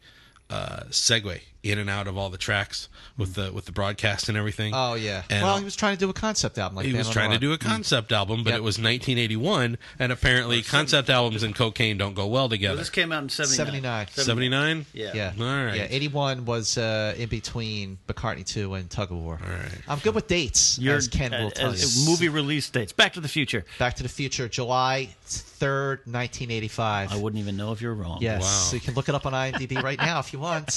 Speaker 3: uh, segue in and out of all the tracks with the with the broadcast and everything.
Speaker 2: oh yeah.
Speaker 3: And uh,
Speaker 2: well, he was trying to do a concept album. Like
Speaker 3: he
Speaker 2: Band
Speaker 3: was
Speaker 2: on
Speaker 3: trying to
Speaker 2: Rock.
Speaker 3: do a concept album, but
Speaker 2: Yep.
Speaker 3: it was 1981, and apparently concept albums and cocaine don't go well
Speaker 1: Well,
Speaker 3: together.
Speaker 1: this came out in 79.
Speaker 2: 79.
Speaker 3: 79.
Speaker 1: Yeah.
Speaker 2: Yeah.
Speaker 3: All right.
Speaker 2: Yeah. Eighty-one was uh, in between McCartney two and Tug of War. All
Speaker 3: right.
Speaker 2: I'm good with dates.
Speaker 1: Your
Speaker 2: as Ken will
Speaker 1: uh,
Speaker 2: tell
Speaker 1: as-
Speaker 2: you.
Speaker 1: movie release dates. Back to the Future.
Speaker 2: Back to the Future, July third, nineteen eighty-five.
Speaker 1: I wouldn't even know if you're wrong.
Speaker 2: Yes,
Speaker 3: Wow.
Speaker 2: so you can look it up on IMDb right now if you
Speaker 3: [laughs]
Speaker 2: want.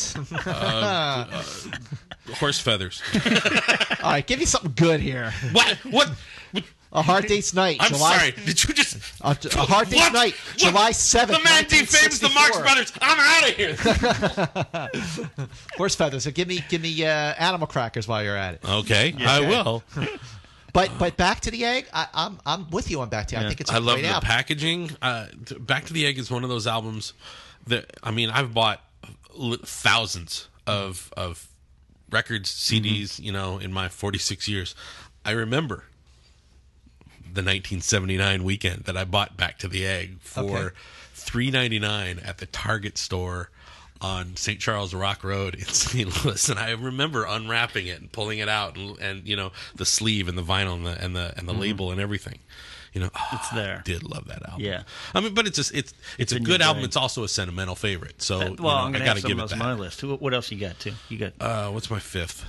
Speaker 3: Horse feathers.
Speaker 2: All right, give me something good here.
Speaker 3: what? What?
Speaker 2: A Hard Date's Night.
Speaker 3: I'm
Speaker 2: July,
Speaker 3: sorry. Did you just?
Speaker 2: A, a Hard Date's
Speaker 3: What?
Speaker 2: Night,
Speaker 3: What?
Speaker 2: July seventh.
Speaker 3: The man defames the Marx Brothers. I'm out of here.
Speaker 2: Horse feathers. So give me, give me uh, animal crackers while you're at it.
Speaker 3: [laughs] Okay, I will.
Speaker 2: But, but back to the egg. I, I'm, I'm with you on back to. the Egg. I think it's a
Speaker 3: I love
Speaker 2: great
Speaker 3: the
Speaker 2: album.
Speaker 3: packaging. Uh, th- Back to the Egg is one of those albums that I mean, I've bought l- thousands of of records,
Speaker 2: Mm-hmm.
Speaker 3: CDs. You know, in my 46 years, I remember the 1979 weekend that I bought Back to the Egg for
Speaker 2: Okay.
Speaker 3: 3.99 at the Target store on St. Charles Rock Road in [laughs] St. Louis, and I remember unwrapping it and pulling it out, and, and you know the sleeve and the vinyl and the and the and the
Speaker 2: Mm-hmm.
Speaker 3: label and everything.
Speaker 2: [laughs]
Speaker 3: You know, it's
Speaker 1: there.
Speaker 3: Did love that album.
Speaker 1: Yeah.
Speaker 3: I mean, but it's just it's it's, a
Speaker 1: in your
Speaker 3: good album.
Speaker 1: brain.
Speaker 3: It's also a sentimental favorite. So
Speaker 1: That-
Speaker 3: you
Speaker 1: well,
Speaker 3: know,
Speaker 1: I'm
Speaker 3: I
Speaker 1: gonna
Speaker 3: got
Speaker 1: have
Speaker 3: to
Speaker 1: some
Speaker 3: give
Speaker 1: of
Speaker 3: it
Speaker 1: those
Speaker 3: back.
Speaker 1: on my list. Who- What else you got too? You got
Speaker 3: Uh, what's my fifth?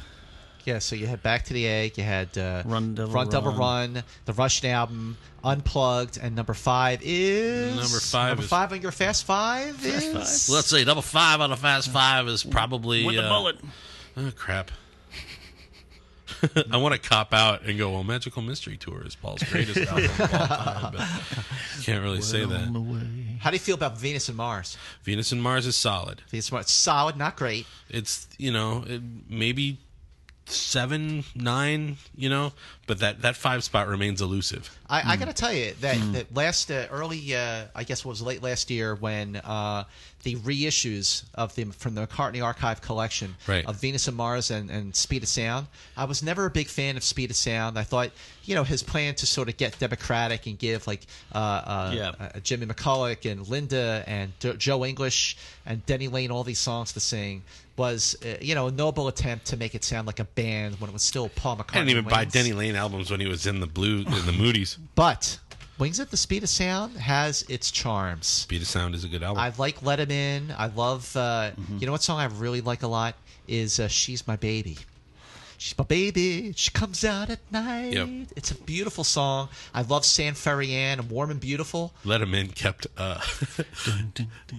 Speaker 2: Yeah, so you had Back to the Egg, you had uh,
Speaker 1: Run, Devil,
Speaker 2: Devil
Speaker 1: Run.
Speaker 2: Run, the Russian album, Unplugged, and number five is
Speaker 3: Number five
Speaker 2: Number
Speaker 3: is-
Speaker 2: five on your Fast Five is
Speaker 3: Let's see, number five out of Fast Five is probably
Speaker 1: with the
Speaker 3: uh,
Speaker 1: bullet.
Speaker 3: Oh crap. [laughs] I want to cop out and go. Well, Magical Mystery Tour is Paul's greatest album of all time, but [laughs] can't really say that.
Speaker 2: How do you feel about Venus and Mars?
Speaker 3: Venus and Mars is solid.
Speaker 2: Venus and Mars, solid, not great.
Speaker 3: It's you know it, maybe seven, nine, you know, but that that five spot remains elusive.
Speaker 2: I, I got to tell you that,
Speaker 3: Hmm.
Speaker 2: that last uh, early, uh, I guess what was late last year when uh, the reissues of the from the McCartney Archive collection
Speaker 3: Right.
Speaker 2: of Venus and Mars and, and Speed of Sound. I was never a big fan of Speed of Sound. I thought, you know, his plan to sort of get democratic and give like uh, uh,
Speaker 1: Yeah.
Speaker 2: uh, Jimmy McCulloch and Linda and Jo- Joe English and Denny Lane all these songs to sing was, uh, you know, a noble attempt to make it sound like a band when it was still Paul McCartney.
Speaker 3: I didn't even buy
Speaker 2: Wings.
Speaker 3: Denny Lane albums when he was in the blue in the
Speaker 2: [laughs]
Speaker 3: Moody's.
Speaker 2: But Wings at the Speed of Sound has its charms.
Speaker 3: Beat of Sound is a good album.
Speaker 2: I like Let Him In. I love, uh,
Speaker 3: Mm-hmm.
Speaker 2: you know what song I really like a lot is uh, She's My Baby. She's my baby. She comes out at night.
Speaker 3: Yep.
Speaker 2: It's a beautiful song. I love San Ferrian and Warm and Beautiful.
Speaker 3: Let 'em in kept uh,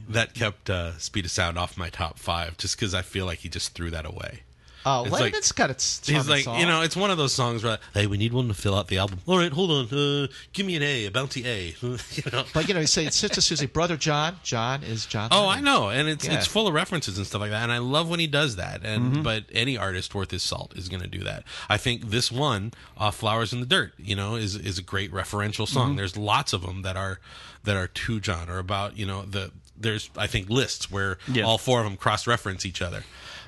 Speaker 3: that kept uh, Speed of Sound off my top five just because I feel like he just threw that away.
Speaker 2: Oh,
Speaker 3: It's
Speaker 2: Let
Speaker 3: like-
Speaker 2: Him In's got its charming
Speaker 3: He's like,
Speaker 2: song.
Speaker 3: you know, it's one of those songs where hey, we need one to fill out the album. All right, hold on, uh, give me an A, a bounty A. [laughs] you know.
Speaker 2: But, you know, you say it's Sister Susie, Brother John. John is John.
Speaker 3: Oh,
Speaker 2: Lennon.
Speaker 3: I know, and it's
Speaker 2: Yeah. Mm-hmm.
Speaker 3: it's full of references and stuff like that, and I love when he does that. And but any artist worth his salt is going to do that. I think this one, uh, "Flowers in the Dirt," you know, is is a great referential song.
Speaker 2: Mm-hmm.
Speaker 3: There's lots of them that are that are to John or about you know the there's I think lists where
Speaker 1: Yeah.
Speaker 3: all four of them cross reference each other.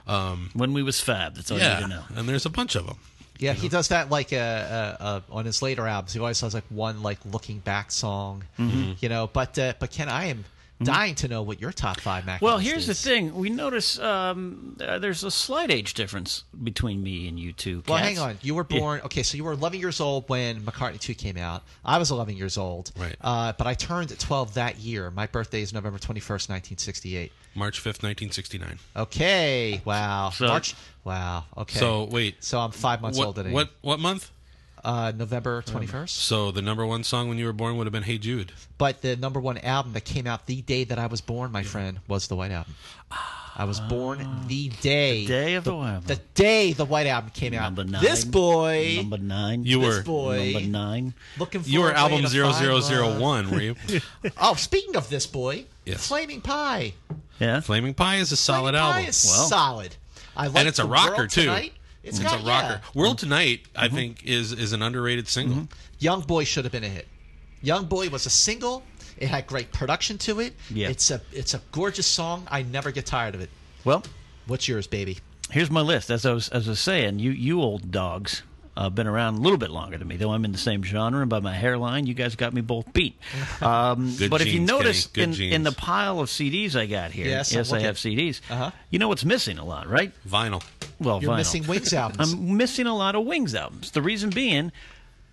Speaker 3: Um,
Speaker 1: When we was fab. That's all you need to
Speaker 3: yeah,
Speaker 1: know.
Speaker 3: and there's a bunch of them.
Speaker 2: Yeah, he
Speaker 1: Mm-hmm.
Speaker 2: does that like uh, uh, uh, on his later albums. He always has like one like looking back song,
Speaker 1: Mm-hmm.
Speaker 2: you know. But uh, but Ken, I am dying to know what your top five Mac.
Speaker 1: Well,
Speaker 2: list
Speaker 1: here's
Speaker 2: is.
Speaker 1: the thing. We notice um, uh, there's a slight age difference between me and you two.
Speaker 2: Well,
Speaker 1: cats.
Speaker 2: hang on. You were born okay, so you were 11 years old when McCartney Two came out. I was 11 years old,
Speaker 3: Right.
Speaker 2: Uh, but I turned 12 that year. My birthday is November 21st, 1968.
Speaker 3: March fifth, nineteen sixty nine.
Speaker 2: Okay, wow,
Speaker 1: So-
Speaker 2: March, wow, okay.
Speaker 3: So wait,
Speaker 2: so I'm five months
Speaker 3: what,
Speaker 2: older than you.
Speaker 3: what what month?
Speaker 2: uh, November 21st.
Speaker 3: So the number one song when you were born would have been Hey Jude.
Speaker 2: But the number one album that came out the day that I was born, my friend, was the White Album. I was born the day.
Speaker 1: Day of Ah. the Wild.
Speaker 2: the day the White Album came out.
Speaker 1: number nine.
Speaker 2: This boy
Speaker 1: Number nine.
Speaker 3: You
Speaker 2: This
Speaker 3: were
Speaker 2: boy.
Speaker 1: Number nine.
Speaker 2: looking for
Speaker 3: you
Speaker 2: a
Speaker 3: were
Speaker 2: way
Speaker 3: album
Speaker 2: to find love.
Speaker 3: 0001, were you?
Speaker 2: [laughs] Oh, speaking of this boy,
Speaker 3: Yes.
Speaker 2: Flaming Pie.
Speaker 1: Yeah.
Speaker 3: Flaming Pie is a solid
Speaker 2: Flaming
Speaker 3: album.
Speaker 2: Pie is
Speaker 1: Wow.
Speaker 2: solid. I like
Speaker 3: and it's a
Speaker 2: The
Speaker 3: rocker
Speaker 2: World
Speaker 3: too.
Speaker 2: Tonight. It's,
Speaker 3: It's
Speaker 2: got,
Speaker 3: a rocker.
Speaker 2: Yeah.
Speaker 3: World Tonight, I think, is is an underrated single.
Speaker 2: Young Boy should have been a hit. Young Boy was a single. It had great production to it.
Speaker 1: Yeah.
Speaker 2: It's a it's a gorgeous song. I never get tired of it.
Speaker 1: Well,
Speaker 2: What's yours, baby?
Speaker 1: here's my list. As I was, as I was saying, you you old dogs uh, been around a little bit longer than me, though I'm in the same genre. And by my hairline, you guys got me both beat. Um,
Speaker 3: Good
Speaker 1: but if you
Speaker 3: genes,
Speaker 1: notice
Speaker 3: Kenny.
Speaker 1: in,
Speaker 3: Good
Speaker 1: in the
Speaker 3: genes.
Speaker 1: pile of CDs I got here,
Speaker 2: Yes, I'm
Speaker 1: yes, I
Speaker 2: looking.
Speaker 1: have CDs.
Speaker 2: Uh-huh.
Speaker 1: You know what's missing a lot, right?
Speaker 3: Vinyl.
Speaker 1: Well,
Speaker 2: You're
Speaker 1: vinyl. [laughs]
Speaker 2: missing Wings albums.
Speaker 1: I'm missing a lot of Wings albums. The reason being,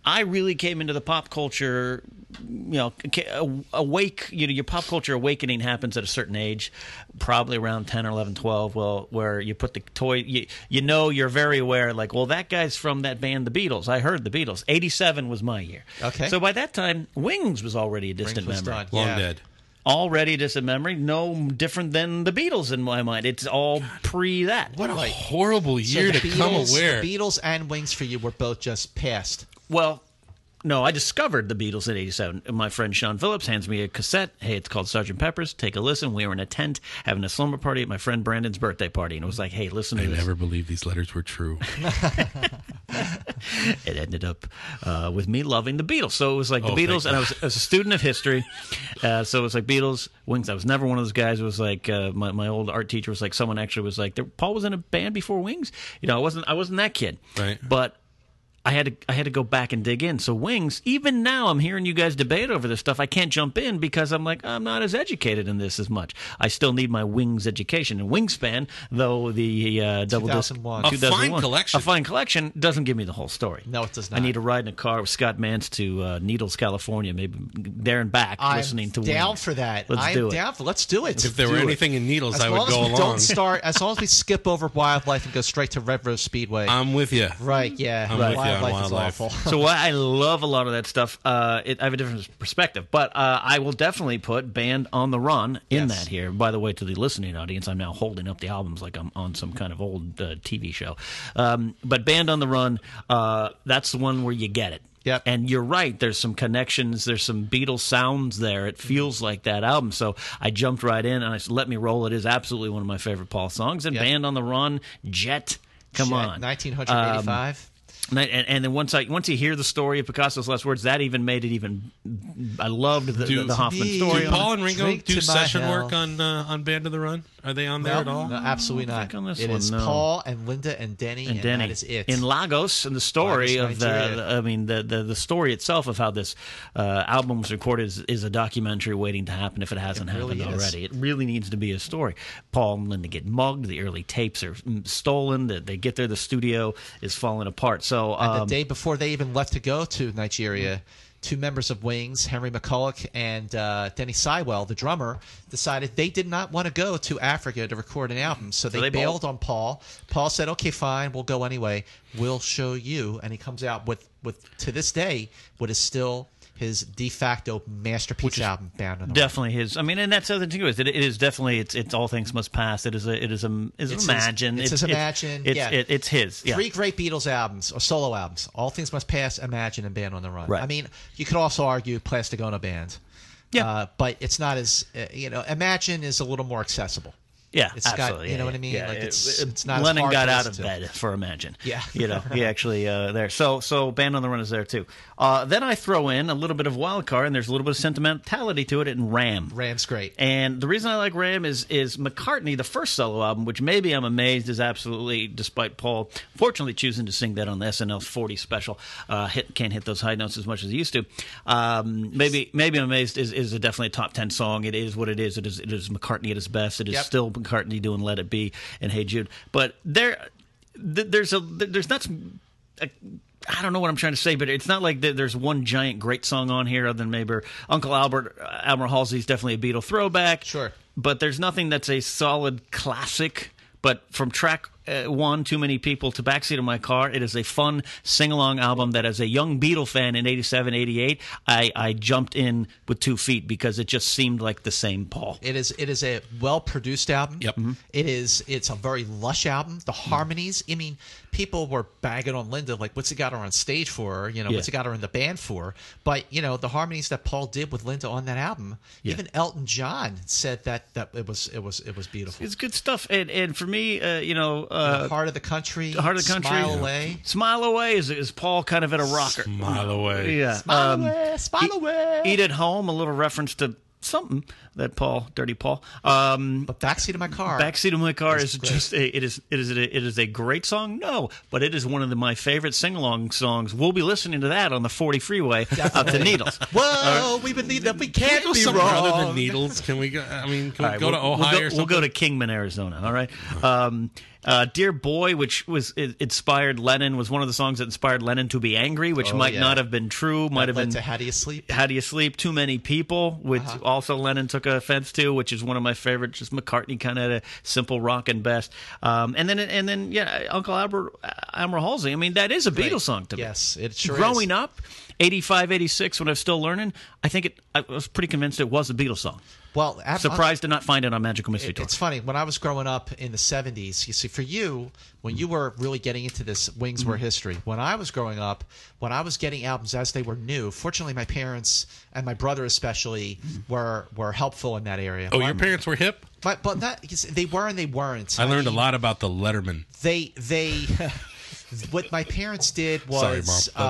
Speaker 1: I really came into the pop culture, you know, ca- a- awake. You know, your pop culture awakening happens at a certain age, probably around 10 or 11, 12, well, where you put the toy, you, you know, you're very aware, like, well, that guy's from that band, The Beatles. I heard The Beatles. 87 was my year.
Speaker 2: Okay.
Speaker 1: So by that time, Wings was already a distant
Speaker 2: was
Speaker 1: memory
Speaker 2: done.
Speaker 3: Long
Speaker 2: Yeah.
Speaker 3: dead.
Speaker 1: already distant memory, no different than the Beatles in my mind. It's all pre that.
Speaker 3: What a horrible year
Speaker 2: the
Speaker 3: to come
Speaker 2: Beatles-
Speaker 3: aware.
Speaker 2: the Beatles and Wings for you were both just past.
Speaker 1: Well, no, I discovered the Beatles in '87. My friend Sean Phillips hands me a cassette. Hey, it's called Sergeant Pepper's. Take a listen. We were in a tent having a slumber party at my friend Brandon's birthday party, and it was like, hey, listen to
Speaker 3: I
Speaker 1: this.
Speaker 3: never believed these letters were true.
Speaker 1: [laughs] it ended up uh, with me loving the Beatles. So it was like the
Speaker 3: Oh, thank
Speaker 1: Beatles, and I was, I was a student of history. Uh, so it was like Beatles, Wings. I was never one of those guys who was like uh, my, my old art teacher was like someone actually was like there, Paul was in a band before Wings. You know, I wasn't I wasn't that kid.
Speaker 3: Right.
Speaker 1: But I had to I had to go back and dig in. So Wings, even now I'm hearing you guys debate over this stuff. I can't jump in because I'm like I'm not as educated in this as much. I still need my Wings education and Wingspan, though the uh, double disc
Speaker 2: 2001.
Speaker 3: A fine collection.
Speaker 1: a fine collection doesn't give me the whole story.
Speaker 2: No, it does
Speaker 1: I
Speaker 2: not.
Speaker 1: need to ride in a car with Scott Mance to uh, Needles, California, maybe there and back,
Speaker 2: I'm
Speaker 1: listening to
Speaker 2: down
Speaker 1: Wings.
Speaker 2: for that.
Speaker 1: Let's
Speaker 2: I'm
Speaker 1: do it.
Speaker 2: down for. Let's do it.
Speaker 3: if there were
Speaker 2: Do it.
Speaker 3: anything in needles,
Speaker 2: As
Speaker 3: I would
Speaker 2: long as
Speaker 3: go
Speaker 2: we
Speaker 3: along.
Speaker 2: don't start, as long as we skip over wildlife and go straight to Red Rose Speedway.
Speaker 3: I'm with you.
Speaker 2: right? Yeah.
Speaker 3: I'm with you on
Speaker 2: wildlife is
Speaker 3: wildlife.
Speaker 1: [laughs]
Speaker 2: awful.
Speaker 1: so while I love a lot of that stuff, uh, it, I have a different perspective. But uh, I will definitely put Band on the Run in
Speaker 2: Yes.
Speaker 1: that here. By the way, to the listening audience, I'm now holding up the albums like I'm on some kind of old uh, TV show. Um, but Band on the Run, uh, that's the one where you get it.
Speaker 2: Yep.
Speaker 1: And you're right. There's some connections. There's some Beatles sounds there. It feels like that album. So I jumped right in and I said, "Let Me Roll." It is absolutely one of my favorite Paul songs. And
Speaker 2: Yep.
Speaker 1: Band on the Run, Jet. Come
Speaker 2: Shit,
Speaker 1: on, Um,
Speaker 2: 1985.
Speaker 1: and, I- and, and then once I once you hear the story of Picasso's last words, that even made it even. I loved the,
Speaker 3: Do-
Speaker 1: the, the Hoffman
Speaker 2: Do
Speaker 1: story.
Speaker 3: Do
Speaker 1: on it.
Speaker 3: Paul and Ringo
Speaker 2: Drink
Speaker 3: do
Speaker 2: to my
Speaker 3: session
Speaker 2: hell.
Speaker 3: work on uh, on Band of the Run? Are they on there at all?
Speaker 2: No, absolutely not. It is
Speaker 1: on this one, no.
Speaker 2: Paul and Linda and Denny, and,
Speaker 1: and Denny
Speaker 2: that is it.
Speaker 1: in Lagos and the story
Speaker 2: Lagos,
Speaker 1: of the,
Speaker 2: Nigeria.
Speaker 1: the- I mean the, the the story itself of how this uh, album was recorded is, is a documentary waiting to happen if it hasn't
Speaker 2: really
Speaker 1: happened
Speaker 2: is.
Speaker 1: already. It really needs to be a story. Paul and Linda get mugged. The early tapes are mm, stolen. That they get there, the studio is falling apart. So
Speaker 2: And
Speaker 1: um,
Speaker 2: the day before they even left to go to Nigeria, two members of Wings, Henry McCulloch and uh, Denny Sywell, the drummer, decided they did not want to go to Africa to record an album. So they,
Speaker 1: they
Speaker 2: bailed
Speaker 1: bailed?
Speaker 2: on Paul. Paul said, okay, fine, we'll go anyway. We'll show you. And he comes out with, with to this day, what is still his de facto masterpiece album, Bound on the Run.
Speaker 1: Definitely his. I mean, and that's the other thing too is it, it is definitely it's it's all things must pass. It is a it is a is
Speaker 2: It's his-
Speaker 1: imagine.
Speaker 2: it's his imagine,
Speaker 1: It's,
Speaker 2: yeah.
Speaker 1: it, it's his. Yeah.
Speaker 2: Three great Beatles albums or solo albums: All Things Must Pass, Imagine, and Band on the Run.
Speaker 1: Right.
Speaker 2: I mean, you could also argue Plastigona Band.
Speaker 1: Yeah.
Speaker 2: Uh, but it's not as uh, you know. Imagine is a little more accessible.
Speaker 1: Yeah,
Speaker 2: It's got-
Speaker 1: absolutely.
Speaker 2: you
Speaker 1: yeah,
Speaker 2: know
Speaker 1: yeah,
Speaker 2: what I mean?
Speaker 1: yeah.
Speaker 2: Like,
Speaker 1: It-
Speaker 2: it's-
Speaker 1: it-
Speaker 2: it's not as
Speaker 1: Lennon
Speaker 2: hard
Speaker 1: got
Speaker 2: to
Speaker 1: out of
Speaker 2: listen to.
Speaker 1: bed for Imagine.
Speaker 2: Yeah.
Speaker 1: [laughs] you know,
Speaker 2: [laughs]
Speaker 1: he actually uh, there. So so Band on the Run is there too. Uh, then I throw in a little bit of wild card, and there's a little bit of sentimentality to it in Ram.
Speaker 2: Ram's great.
Speaker 1: And the reason I like Ram is is McCartney, the first solo album, which maybe I'm amazed is absolutely, despite Paul fortunately choosing to sing that on the SNL 40 special, uh, hit, can't hit those high notes as much as he used to. Um, maybe maybe I'm amazed is, is a definitely a top 10 song. It is what it is. It is it is McCartney at his best. It is
Speaker 2: Yep.
Speaker 1: still McCartney doing Let It Be and Hey Jude. But there, th- there's a there's not. Some, a, I don't know what I'm trying to say, but it's not like th- there's one giant great song on here other than maybe Uncle Albert. Uh, Admiral Halsey's definitely a Beatle throwback.
Speaker 2: Sure.
Speaker 1: But there's nothing that's a solid classic. But from track uh, one too many people to backseat of my car. It is a fun sing along album that, as a young Beatle fan in 87, 88, I, I jumped in with two feet because it just seemed like the same Paul.
Speaker 2: It is it is a well produced album.
Speaker 3: Yep. Mhm.
Speaker 2: It is it's a very lush album. The
Speaker 1: Mm.
Speaker 2: harmonies. I mean, people were bagging on Linda like, what's he got her on stage for? You know, what's
Speaker 1: Yeah.
Speaker 2: he got her in the band for? But you know, the harmonies that Paul did with Linda on that album. Even Elton John said that that it was it was it was beautiful.
Speaker 1: It's good stuff. And, and for me, uh, you know, uh,
Speaker 2: Heart of the country.
Speaker 1: Heart of the Country.
Speaker 2: Smile away.
Speaker 1: Smile Away is, is Paul kind of at a rocker.
Speaker 3: mile away.
Speaker 1: Yeah.
Speaker 2: Smile
Speaker 1: um,
Speaker 2: away. Smile
Speaker 3: e-
Speaker 2: away.
Speaker 1: Eat at Home, a little reference to something that Paul, Dirty Paul. Um,
Speaker 2: But backseat of my car.
Speaker 1: Backseat of My Car is just a, it is it is a, it is a great song. No, but it is one of the, my favorite sing along songs. We'll be listening to that on the 40 freeway up to Needles.
Speaker 2: Whoa, we believe that we
Speaker 3: uh, Can
Speaker 2: can't
Speaker 3: we go
Speaker 2: be
Speaker 3: somewhere other
Speaker 2: wrong.
Speaker 3: than Needles? Can we go? I mean, can
Speaker 1: All
Speaker 3: we
Speaker 1: right,
Speaker 3: go to
Speaker 1: we'll-
Speaker 3: Ohio
Speaker 1: We'll
Speaker 3: or
Speaker 1: go,
Speaker 3: something?
Speaker 1: we'll go to Kingman, Arizona. All right. Um, uh, Dear Boy, which was it inspired Lennon, was one of the songs that inspired Lennon to be angry, which might
Speaker 2: yeah.
Speaker 1: not have been true. Might have
Speaker 2: Led
Speaker 1: been
Speaker 2: to how do you sleep?
Speaker 1: How Do You Sleep? Too Many People, which
Speaker 2: Uh-huh.
Speaker 1: also Lennon took offense to, which is one of my favorites. Just McCartney kind of a simple rock and best. Um, and then and then yeah, Uncle Albert, Admiral Halsey. I mean, that is a Beatles song to me.
Speaker 2: Yes, it sure
Speaker 1: Growing
Speaker 2: is.
Speaker 1: up, 85, 86, when I was still learning, I think it. I was pretty convinced it was a Beatles song.
Speaker 2: Well, ab-
Speaker 1: Surprised to not find it on Magical Mystery
Speaker 2: It-
Speaker 1: Tour.
Speaker 2: It's funny. When I was growing up in the 70s, you see, for you, when you were really getting into this Wings
Speaker 3: Mm-hmm.
Speaker 2: Were History, when I was growing up, when I was getting albums as they were new, fortunately, my parents and my brother especially were were helpful in that area.
Speaker 3: Mm-hmm. Oh, your parents were hip.
Speaker 2: But, but not, you see, they were and they weren't.
Speaker 3: I learned a
Speaker 2: mean,
Speaker 3: lot about the Letterman.
Speaker 2: they they [laughs] what my parents did
Speaker 3: Sorry,
Speaker 2: was
Speaker 3: Mom.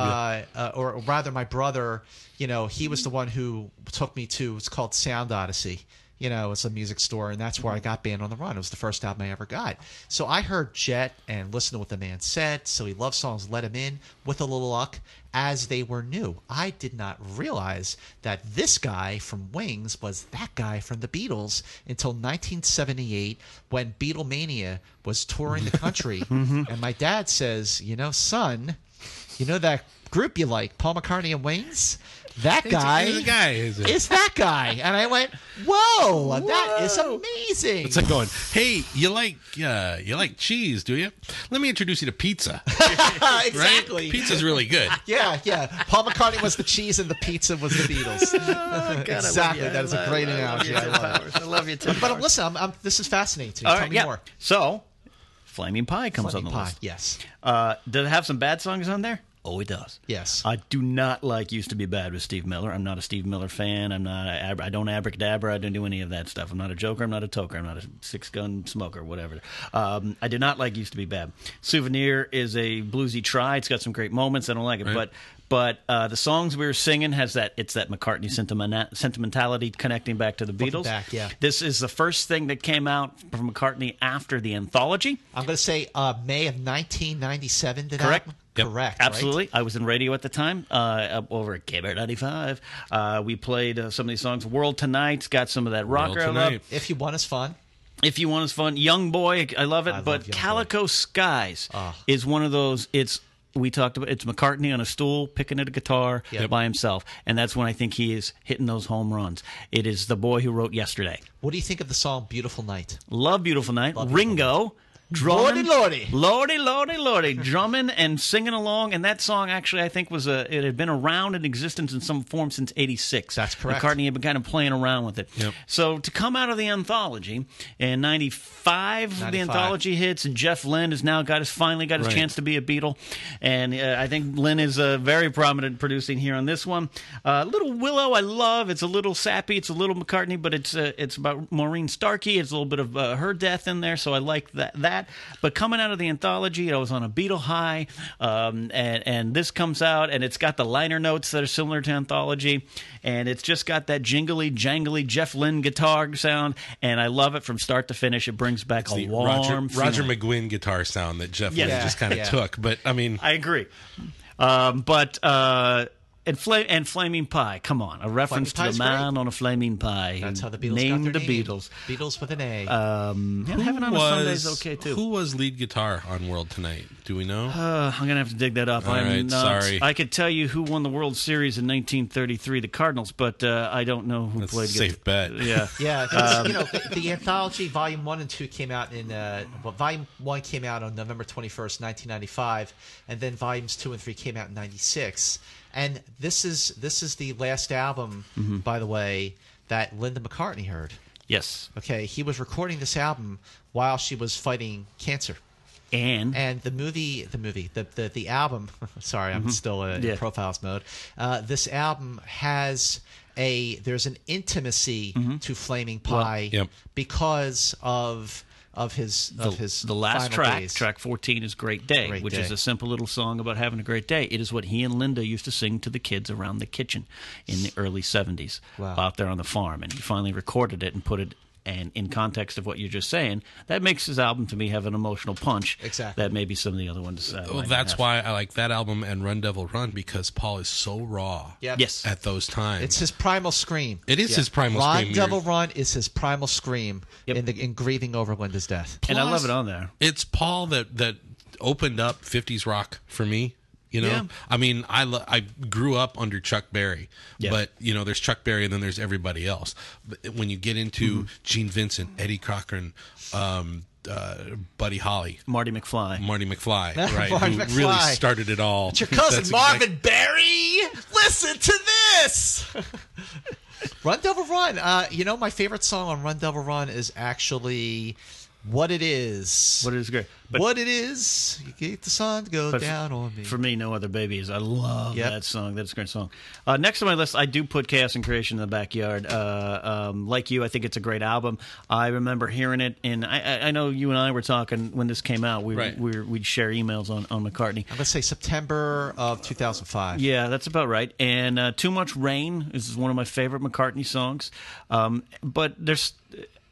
Speaker 2: uh, uh, or rather my brother you know he was the one who took me to it's called sound odyssey you know it's a music store and that's where i got band on the run it was the first album i ever got so i heard jet and listened to what the man said so he loved songs let him in with a little luck as they were new i did not realize that this guy from wings was that guy from the beatles until 1978 when beatlemania was touring the country and my dad says you know son you know that group you like, Paul McCartney and Wings? That guy,
Speaker 3: He's a guy. Is it?
Speaker 2: is that guy. And I went, whoa, that is amazing.
Speaker 3: It's like going, hey, you like uh, you like cheese, do you? Let me introduce you to pizza. Right?
Speaker 2: exactly.
Speaker 3: Pizza's
Speaker 1: [laughs]
Speaker 3: really good.
Speaker 2: Yeah, yeah. Paul McCartney was the cheese and the pizza was
Speaker 1: [laughs] Oh,
Speaker 2: the Beatles. exactly. That is a great analogy. I love it.
Speaker 1: I love you too.
Speaker 2: But listen, I'm, I'm, this is fascinating to me.
Speaker 1: All
Speaker 2: Tell
Speaker 1: right,
Speaker 2: me
Speaker 1: yeah.
Speaker 2: more.
Speaker 1: So, Flaming Pie comes
Speaker 2: Flaming
Speaker 1: on the
Speaker 2: Pie,
Speaker 1: list.
Speaker 2: Yes.
Speaker 1: Uh, does it have some bad songs on there? Oh, it does.
Speaker 2: Yes.
Speaker 1: I do not like "Used to Be Bad" with Steve Miller. I'm not a Steve Miller fan. I'm not. A, ab- I don't abracadabra. I don't do any of that stuff. I'm not a joker. I'm not a toker. I'm not a six gun smoker. Whatever. Um, I did not like "Used to Be Bad." "Souvenir" is a bluesy try. It's got some great moments. I don't like it, but but uh, the songs we were singing has that. It's that McCartney sentimenta- sentimentality connecting back to the Beatles.
Speaker 2: back, yeah.
Speaker 1: This is the first thing that came out from McCartney after the anthology.
Speaker 2: I'm going to say uh, May of 1997. Did
Speaker 1: Correct.
Speaker 2: Album?
Speaker 3: Yep.
Speaker 2: Correct. right?
Speaker 1: Absolutely. I was in radio at the time uh, up over at KBR 95. Uh, we played uh, some of these songs. World Tonight's got some of that rocker I love.
Speaker 3: Tonight.
Speaker 2: If you want, is fun.
Speaker 1: If You Want Is Fun. Young Boy, I love it.
Speaker 2: love
Speaker 1: but
Speaker 2: Young Boy. Ah.
Speaker 1: Calico Skies is one of those, it's. We talked about it's McCartney on a stool picking at a guitar by himself, and that's when I think he is hitting those home runs. It is the boy who wrote yesterday.
Speaker 2: What do you think of the song Beautiful Night?
Speaker 1: Love Beautiful Night, Ringo,
Speaker 2: Lordy,
Speaker 1: drumming,
Speaker 2: lordy.
Speaker 1: Lordy, Lordy, Lordy, drumming and singing along. And that song actually, I think, was a it had been around in existence in some form since '86.
Speaker 2: That's correct.
Speaker 1: McCartney had been kind of playing around with it. So to come out of the anthology in '95, the
Speaker 2: 95.
Speaker 1: anthology hits, and Jeff Lynne has now got his finally got his chance to be a Beatle, and uh, I think Lynne is uh, very prominent producing here on this one. Uh, little Willow, I love. It's a little sappy. It's a little McCartney, but it's uh, it's about Maureen Starkey. It's a little bit of uh, her death in there, so I like that. That, but coming out of the anthology, I was on a Beatle high, um, and and this comes out, and it's got the liner notes that are similar to anthology, and it's just got that jingly jangly Jeff Lynne guitar sound, and I love it from start to finish. It brings back
Speaker 3: The
Speaker 1: a warm
Speaker 3: Roger, Roger
Speaker 1: feeling.
Speaker 3: McGuinn guitar sound that Jeff
Speaker 1: Yeah.
Speaker 3: Lynne just kind of
Speaker 2: Yeah.
Speaker 3: took. But I mean,
Speaker 1: I agree. Um, but uh, And, fla- and Flaming Pie. Come on. A reference
Speaker 2: Pie's
Speaker 1: to the
Speaker 2: great.
Speaker 1: man on a Flaming Pie. who
Speaker 2: That's how the Beatles
Speaker 1: named
Speaker 2: got their
Speaker 1: the
Speaker 2: name.
Speaker 1: Beatles.
Speaker 2: Beatles with an A.
Speaker 1: Yeah, have it on a Sunday's okay, too.
Speaker 3: Who was lead guitar on World Tonight? Do we know?
Speaker 1: Uh, I'm gonna have to dig that up. I'm
Speaker 3: right,
Speaker 1: not,
Speaker 3: sorry.
Speaker 1: I could tell you who won the World Series in 1933, the Cardinals, but uh, I don't know who
Speaker 3: That's a
Speaker 1: played.
Speaker 3: safe bet. [laughs]
Speaker 1: Yeah.
Speaker 2: yeah, 'cause, you know the, the anthology Volume One and Two came out in. Uh, well, Volume One came out on November twenty first, nineteen ninety five, and then Volumes Two and Three came out in ninety six. And this is this is the last album, by the way, that Linda McCartney heard.
Speaker 1: Yes.
Speaker 2: Okay, he was recording this album while she was fighting cancer.
Speaker 1: And,
Speaker 2: And the movie, the movie, the the, the album. [laughs] Sorry, I'm still uh, in
Speaker 1: Mm-hmm. Yeah.
Speaker 2: profiles mode. Uh, this album has a there's an intimacy
Speaker 1: Mm-hmm.
Speaker 2: to Flaming Pie
Speaker 3: yep.
Speaker 2: because of of his
Speaker 1: the,
Speaker 2: of his
Speaker 1: the last
Speaker 2: final
Speaker 1: track,
Speaker 2: days.
Speaker 1: track 14, is "Great Day,"
Speaker 2: Great
Speaker 1: which
Speaker 2: Day.
Speaker 1: is a simple little song about having a great day. It is what he and Linda used to sing to the kids around the kitchen in the early 70s
Speaker 2: Wow.
Speaker 1: out there on the farm, and he finally recorded it and put it. And in context of what you're just saying, that makes his album to me have an emotional punch.
Speaker 2: Exactly.
Speaker 1: That maybe some of the other ones. Uh,
Speaker 3: well,
Speaker 1: might not
Speaker 3: that's
Speaker 1: have.
Speaker 3: why I like that album and Run Devil Run because Paul is so raw.
Speaker 2: Yep.
Speaker 1: Yes.
Speaker 3: At those times,
Speaker 2: It's his primal scream.
Speaker 3: It is his primal
Speaker 2: Ron
Speaker 3: scream.
Speaker 2: Devil
Speaker 3: You're-
Speaker 2: Run is his primal scream
Speaker 1: Yep.
Speaker 2: in the in grieving over Linda's death.
Speaker 1: And I love
Speaker 3: Plus-
Speaker 1: it on there.
Speaker 3: it's Paul that that opened up 50s rock for me. You know,
Speaker 1: Yeah.
Speaker 3: I mean, I lo- I grew up under Chuck Berry,
Speaker 1: Yeah.
Speaker 3: but you know, there's Chuck Berry and then there's everybody else. But when you get into
Speaker 2: Mm-hmm.
Speaker 3: Gene Vincent, Eddie Cochran, um, uh, Buddy Holly,
Speaker 1: Marty McFly.
Speaker 3: Marty McFly, right,
Speaker 2: [laughs] Marty
Speaker 3: who
Speaker 2: McFly.
Speaker 3: really started it
Speaker 2: [laughs]
Speaker 3: all.
Speaker 2: It's your cousin
Speaker 3: That's exact-
Speaker 2: Marvin Berry. Listen to this. [laughs] Run Devil Run. Uh, you know my favorite song on Run Devil Run is actually "What It Is."
Speaker 1: What is great. But
Speaker 2: what it is? You get the sun to go
Speaker 1: f-
Speaker 2: down on me.
Speaker 1: for me, no other babies. I love
Speaker 2: Yep.
Speaker 1: that song. That's a great song. Uh, next on my list, I do put Chaos and Creation in the backyard. Uh, um, like you, I think it's a great album. I remember hearing it, and I, I- I know you and I were talking when this came out. We,
Speaker 3: Right.
Speaker 1: we we'd share emails on on McCartney.
Speaker 2: I'm gonna say September of 2005.
Speaker 1: Yeah, that's about right. And uh, "Too Much Rain" is one of my favorite McCartney songs. Um, but there's,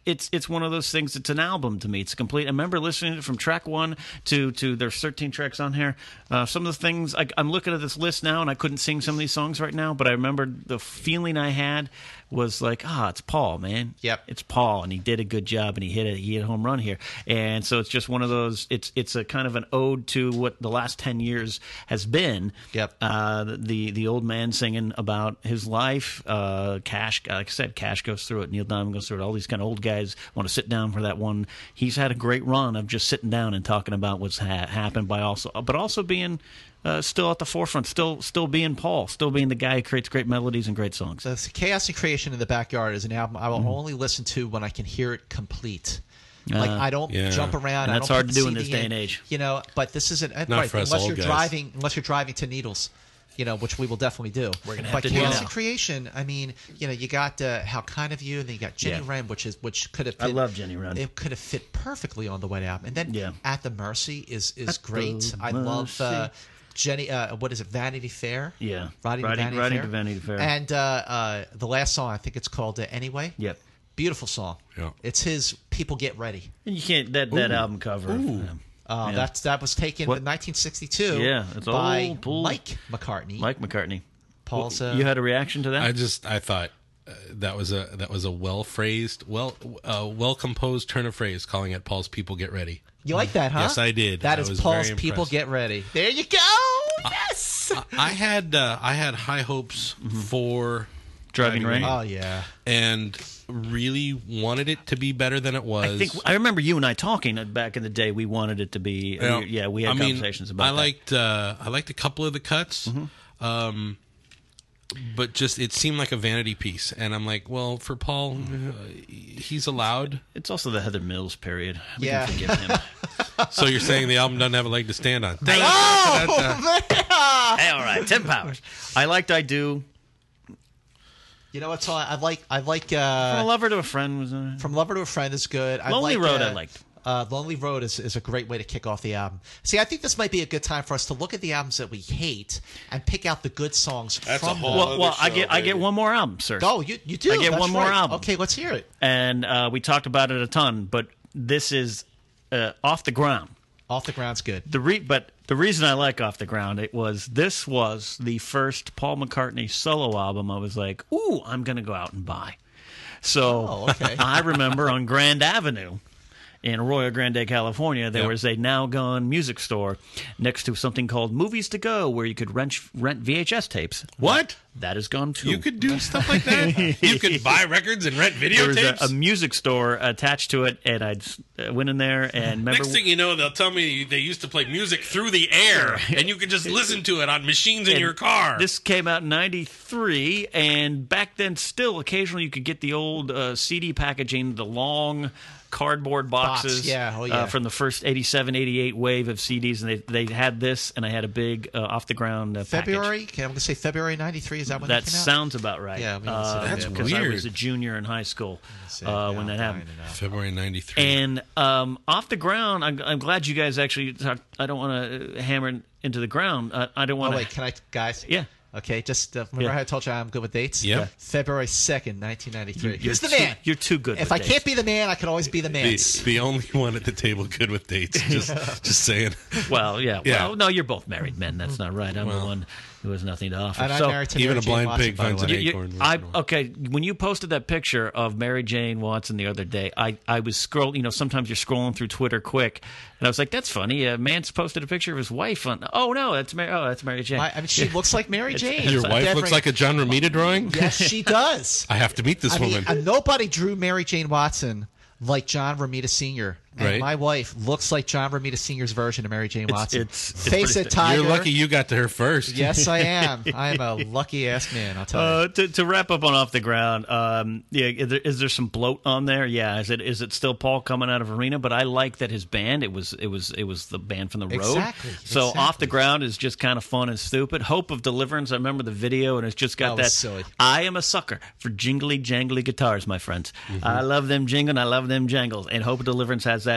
Speaker 1: it's it's one of those things. It's an album to me. It's complete. I remember listening to it from track one to to there's 13 tracks on here. Uh, some of the things I, I'm looking at this list now, and I couldn't sing some of these songs right now. But I remember the feeling I had was like, ah, it's Paul, man.
Speaker 2: Yep.
Speaker 1: It's Paul, and he did a good job, and he hit a he hit a home run here, and so it's just one of those. It's it's a kind of an ode to what the last ten years has been.
Speaker 2: Yep.
Speaker 1: Uh, the the old man singing about his life. Uh, Cash, like I said, Cash goes through it. Neil Diamond goes through it. All these kind of old guys want to sit down for that one. He's had a great run of just sitting down and talking about what's ha- happened by also, but also being. Uh, still at the forefront, still still being Paul, still being the guy who creates great melodies and great songs.
Speaker 2: The Uh, Chaos and Creation in the Backyard is an album I will
Speaker 1: Mm.
Speaker 2: only listen to when I can hear it complete. Like I don't
Speaker 3: yeah.
Speaker 2: jump around.
Speaker 1: Uh, And
Speaker 2: I
Speaker 1: that's
Speaker 2: don't
Speaker 1: hard
Speaker 2: put
Speaker 1: to do
Speaker 2: the
Speaker 1: in this
Speaker 2: CD
Speaker 1: day and age.
Speaker 2: You know, but this is an right,
Speaker 3: for us
Speaker 2: unless
Speaker 3: old
Speaker 2: you're
Speaker 3: guys.
Speaker 2: driving unless you're driving to Needles, you know, which we will definitely do. We're
Speaker 1: gonna have
Speaker 2: but
Speaker 1: to do
Speaker 2: Chaos
Speaker 1: that.
Speaker 2: and Creation. I mean, you know, you got uh, how kind of you, and then you got Jenny
Speaker 1: Yeah.
Speaker 2: Wren, which is which could have.
Speaker 1: I
Speaker 2: fit-
Speaker 1: love Jenny Wren.
Speaker 2: It could have fit perfectly on the White Album, and then
Speaker 1: Yeah.
Speaker 2: At the Mercy is is
Speaker 1: the
Speaker 2: great. I love. Uh,
Speaker 1: Mercy.
Speaker 2: Jenny, uh, what is it? Vanity Fair.
Speaker 1: Yeah. Riding-
Speaker 2: Riding, the Vanity
Speaker 1: Riding
Speaker 2: Fair.
Speaker 1: the Vanity Fair.
Speaker 2: And and uh, uh, the last song, I think it's called uh, "Anyway."
Speaker 1: Yep.
Speaker 2: Beautiful song.
Speaker 3: Yeah.
Speaker 2: It's his "People Get Ready."
Speaker 1: And you can't that that album cover. of him.
Speaker 2: Uh, That's that was taken
Speaker 1: What-
Speaker 2: in 1962.
Speaker 1: Yeah, it's
Speaker 2: by
Speaker 1: old, old-
Speaker 2: Mike McCartney.
Speaker 1: Mike McCartney.
Speaker 2: Paul's. Uh,
Speaker 1: you had a reaction to that?
Speaker 3: I just I thought uh, that was a that was a well phrased, well uh, well composed turn of phrase, calling it Paul's "People Get Ready."
Speaker 2: you like that, huh?
Speaker 3: Yes, I did.
Speaker 2: That
Speaker 3: I
Speaker 2: is
Speaker 3: was very
Speaker 2: Paul's. People
Speaker 3: impressed.
Speaker 2: get ready. There you go.
Speaker 1: Ah,
Speaker 2: Yes.
Speaker 3: I had uh, I had high hopes
Speaker 1: Mm-hmm.
Speaker 3: for
Speaker 1: Driving Rain.
Speaker 2: oh yeah.
Speaker 3: and really wanted it to be better than it was.
Speaker 1: I think I remember you and I talking uh, back in the day. We wanted it to be.
Speaker 3: You know,
Speaker 1: we- yeah, we had
Speaker 3: I mean,
Speaker 1: conversations about. that.
Speaker 3: I
Speaker 1: Mm-hmm.
Speaker 3: liked uh, I liked a couple of the cuts, um, but just it seemed like a vanity piece, and I'm like, well, for Paul, uh, he's allowed.
Speaker 1: It's also the Heather Mills period. We
Speaker 2: Yeah.
Speaker 1: can forgive him.
Speaker 3: so you're saying the album doesn't have a leg to stand on? Ah,
Speaker 1: hey, all right, Tim Powers. I liked. I do.
Speaker 2: You know what's all I like? I like
Speaker 1: I
Speaker 2: uh,
Speaker 1: love her to a friend was. Uh,
Speaker 2: from lover to a friend is good. I
Speaker 1: Lonely
Speaker 2: like,
Speaker 1: Road
Speaker 2: Uh,
Speaker 1: I liked.
Speaker 2: Uh, Lonely Road is, is a great way to kick off the album. See, I think this might be a good time for us to look at the albums that we hate and pick out the good songs
Speaker 3: That's a
Speaker 2: from
Speaker 3: whole
Speaker 2: them.
Speaker 1: well, well, I get I get one more album, sir.
Speaker 2: Oh, you you do.
Speaker 1: I get
Speaker 2: That's
Speaker 1: one more
Speaker 2: right.
Speaker 1: album.
Speaker 2: Okay, let's hear it.
Speaker 1: and uh, we talked about it a ton, but this is uh, off the ground.
Speaker 2: Off the ground's good.
Speaker 1: the re- but the reason I like Off the Ground it was this was the first Paul McCartney solo album I was like, "Ooh, I'm going to go out and buy." So
Speaker 2: Oh, okay.
Speaker 1: [laughs] I remember on Grand Avenue in Royal Grande, California, there
Speaker 3: Yep.
Speaker 1: was a now gone music store next to something called Movies to Go where you could rent rent VHS tapes.
Speaker 3: What?
Speaker 1: That is gone too.
Speaker 3: You could do stuff like that. you could buy records and rent
Speaker 1: there was a,
Speaker 3: videotapes.
Speaker 1: a music store attached to it, and I just, uh, went in there and remember.
Speaker 3: Next thing you know, they'll tell me they used to play music through the air, and you could just listen to it on machines in
Speaker 1: And
Speaker 3: your car.
Speaker 1: This came out in '93, and back then, still occasionally you could get the old uh, CD packaging, the long cardboard boxes
Speaker 2: yeah, oh, yeah.
Speaker 1: uh, from the first 87 88 wave of CDs and they they had this and I had a big uh, off the ground uh, package.
Speaker 2: February? Can, I'm going to say February 93. Is that when
Speaker 1: that
Speaker 2: it came out?
Speaker 1: sounds about right
Speaker 2: Yeah, we don't see that
Speaker 1: uh,
Speaker 2: That's
Speaker 1: because I was
Speaker 3: weird.
Speaker 1: a junior in high school
Speaker 2: Say,
Speaker 1: uh,
Speaker 2: yeah,
Speaker 1: when
Speaker 2: I'm
Speaker 1: that happened
Speaker 2: dying to know.
Speaker 3: February '93.
Speaker 1: and um, off the ground I'm, I'm glad you guys actually talked I don't want to hammer into the ground I, I don't want
Speaker 2: Oh
Speaker 1: to
Speaker 2: wait, can I, guys?
Speaker 1: Yeah.
Speaker 2: Okay, just uh, remember
Speaker 1: Yeah.
Speaker 2: how I told you I'm good with dates.
Speaker 3: Yeah.
Speaker 2: February second, 1993.
Speaker 1: you're
Speaker 2: Who's the
Speaker 1: too-
Speaker 2: man?
Speaker 1: you're too good
Speaker 2: If
Speaker 1: with
Speaker 2: I
Speaker 1: dates.
Speaker 2: can't be the man, I can always be the man.
Speaker 3: the, the only one at the table good
Speaker 1: [laughs]
Speaker 3: with dates. Just, just saying.
Speaker 1: Well, yeah.
Speaker 3: Yeah.
Speaker 1: Well, no, you're both married men. That's not right. I'm the
Speaker 3: Well.
Speaker 1: one who has nothing to offer.
Speaker 2: And I'm
Speaker 1: so,
Speaker 2: married to
Speaker 3: Even
Speaker 2: Mary
Speaker 3: a
Speaker 2: Jane
Speaker 3: blind
Speaker 2: Watson,
Speaker 3: pig
Speaker 2: by the
Speaker 3: finds
Speaker 2: way.
Speaker 3: an
Speaker 1: you- you-
Speaker 3: acorn. once
Speaker 1: I
Speaker 3: in a while.
Speaker 1: okay. When you posted that picture of Mary Jane Watson the other day, I I was scrolling. You know, sometimes you're scrolling through Twitter quick, and I was like, "That's funny." A man's posted a picture of his wife on. Oh no, that's Mary. Oh, that's Mary Jane.
Speaker 2: I, I mean, she looks like Mary Jane.
Speaker 3: Your wife
Speaker 2: Dead
Speaker 3: looks
Speaker 2: ring.
Speaker 3: like a John Romita drawing.
Speaker 2: Yes, she does.
Speaker 3: [laughs] I have to meet this
Speaker 2: I
Speaker 3: woman.
Speaker 2: mean, uh, nobody drew Mary Jane Watson like John Romita Sr. And
Speaker 3: Right.
Speaker 2: my wife looks like John Romita Sr.'s version of Mary Jane Watson.
Speaker 1: it's- it's
Speaker 2: Face
Speaker 1: pretty-
Speaker 2: it, Tiger.
Speaker 3: You're lucky you got to her first.
Speaker 2: Yes,
Speaker 1: [laughs]
Speaker 2: I am. I am a lucky ass man. I'll tell you.
Speaker 1: Uh, to, to wrap up on off the ground, um, yeah, is there, is there some bloat on there? Yeah, is it is it still Paul coming out of arena? But I like that his band. It was it was it was the band from the road.
Speaker 2: Exactly,
Speaker 1: So
Speaker 2: exactly.
Speaker 1: off the ground is just kind of fun and stupid. Hope of deliverance. I remember the video, and it's just got
Speaker 2: That
Speaker 1: that.
Speaker 2: was silly.
Speaker 1: I am a sucker for jingly jangly guitars, my friends.
Speaker 2: Mm-hmm.
Speaker 1: I love them jingle, and I love them jangles. And Hope of Deliverance has that.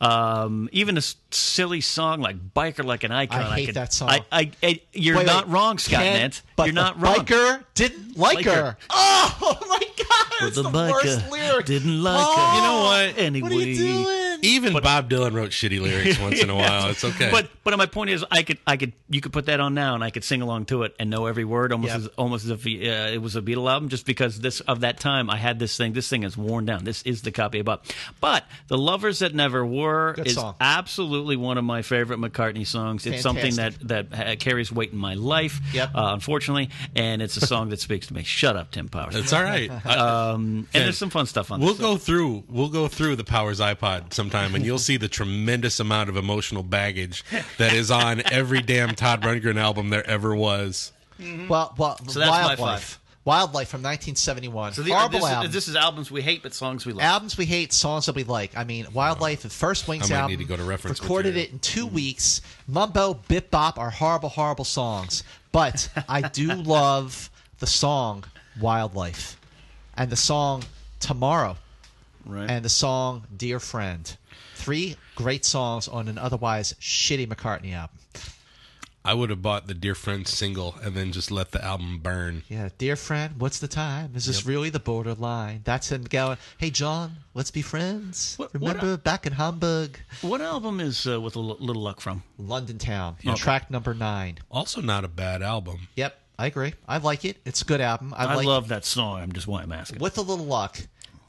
Speaker 1: Um, even a s- silly song like "Biker Like an Icon."
Speaker 2: I hate
Speaker 1: could-
Speaker 2: that song.
Speaker 1: I, I, I- you're
Speaker 2: Wait, wait.
Speaker 1: not wrong, Scott
Speaker 2: Ken,
Speaker 1: Nance.
Speaker 2: But
Speaker 1: You're
Speaker 2: the
Speaker 1: not wrong.
Speaker 2: Biker didn't like,
Speaker 1: Like
Speaker 2: her.
Speaker 1: her.
Speaker 2: Oh [laughs] my god!
Speaker 1: But
Speaker 2: That's
Speaker 1: the
Speaker 2: the, worst
Speaker 1: biker
Speaker 2: lyric.
Speaker 1: didn't like her.
Speaker 3: You know what?
Speaker 1: Anyway,
Speaker 2: What are you doing?
Speaker 3: Even Bob Dylan wrote shitty lyrics
Speaker 1: [laughs]
Speaker 3: once in a while. It's okay.
Speaker 1: But but my point is, I could I could you could put that on now, and I could sing along to it and know every word, almost
Speaker 2: Yep.
Speaker 1: as almost as if uh, it was a Beatle album, just because this of that time I had this thing. This thing is worn down. This is the copy of Bob. But the lovers that never were
Speaker 2: Good
Speaker 1: is
Speaker 2: song.
Speaker 1: absolutely one of my favorite McCartney songs. It's
Speaker 2: Fantastic.
Speaker 1: something that that uh, carries weight in my life,
Speaker 2: Yep.
Speaker 1: uh, unfortunately, and it's a song that speaks to me. Shut up, Tim Powers.
Speaker 3: it's
Speaker 1: [laughs]
Speaker 3: all right.
Speaker 1: Um, and there's some fun stuff on
Speaker 3: We'll
Speaker 1: this.
Speaker 3: go through we'll go through the Powers iPod sometime and you'll see the tremendous amount of emotional baggage that is on every damn Todd Rundgren album there ever was.
Speaker 2: Well, well,
Speaker 1: E- that's my
Speaker 2: wildlife.
Speaker 1: five.
Speaker 2: Wildlife from 1971.
Speaker 1: So the- uh,
Speaker 2: Horrible
Speaker 1: this,
Speaker 2: album.
Speaker 1: is, this is albums we hate, but songs we love.
Speaker 2: albums we hate, songs that we like. I mean, Wildlife, the first Wings
Speaker 3: I might
Speaker 2: album.
Speaker 3: need to go to reference
Speaker 2: recorded
Speaker 3: material.
Speaker 2: it in two weeks. Mumbo, Bip Bop are horrible, horrible songs. But I do love the song Wildlife and the song Tomorrow
Speaker 1: right.
Speaker 2: and the song Dear Friend. Three great songs on an otherwise shitty McCartney album.
Speaker 3: I would have bought the Dear Friend single and then just let the album burn.
Speaker 2: Yeah, dear friend, what's the time? Is this really the borderline? That's him going, hey, John, let's be friends.
Speaker 1: What- what
Speaker 2: Remember back in Hamburg?
Speaker 1: what album is uh, with a L- little luck from?
Speaker 2: London Town, track number nine.
Speaker 3: Also not a bad album.
Speaker 2: Yep, I agree. I like it. It's a good album. I,
Speaker 1: I
Speaker 2: like
Speaker 1: love that song. I'm just why I'm asking.
Speaker 2: With a Little Luck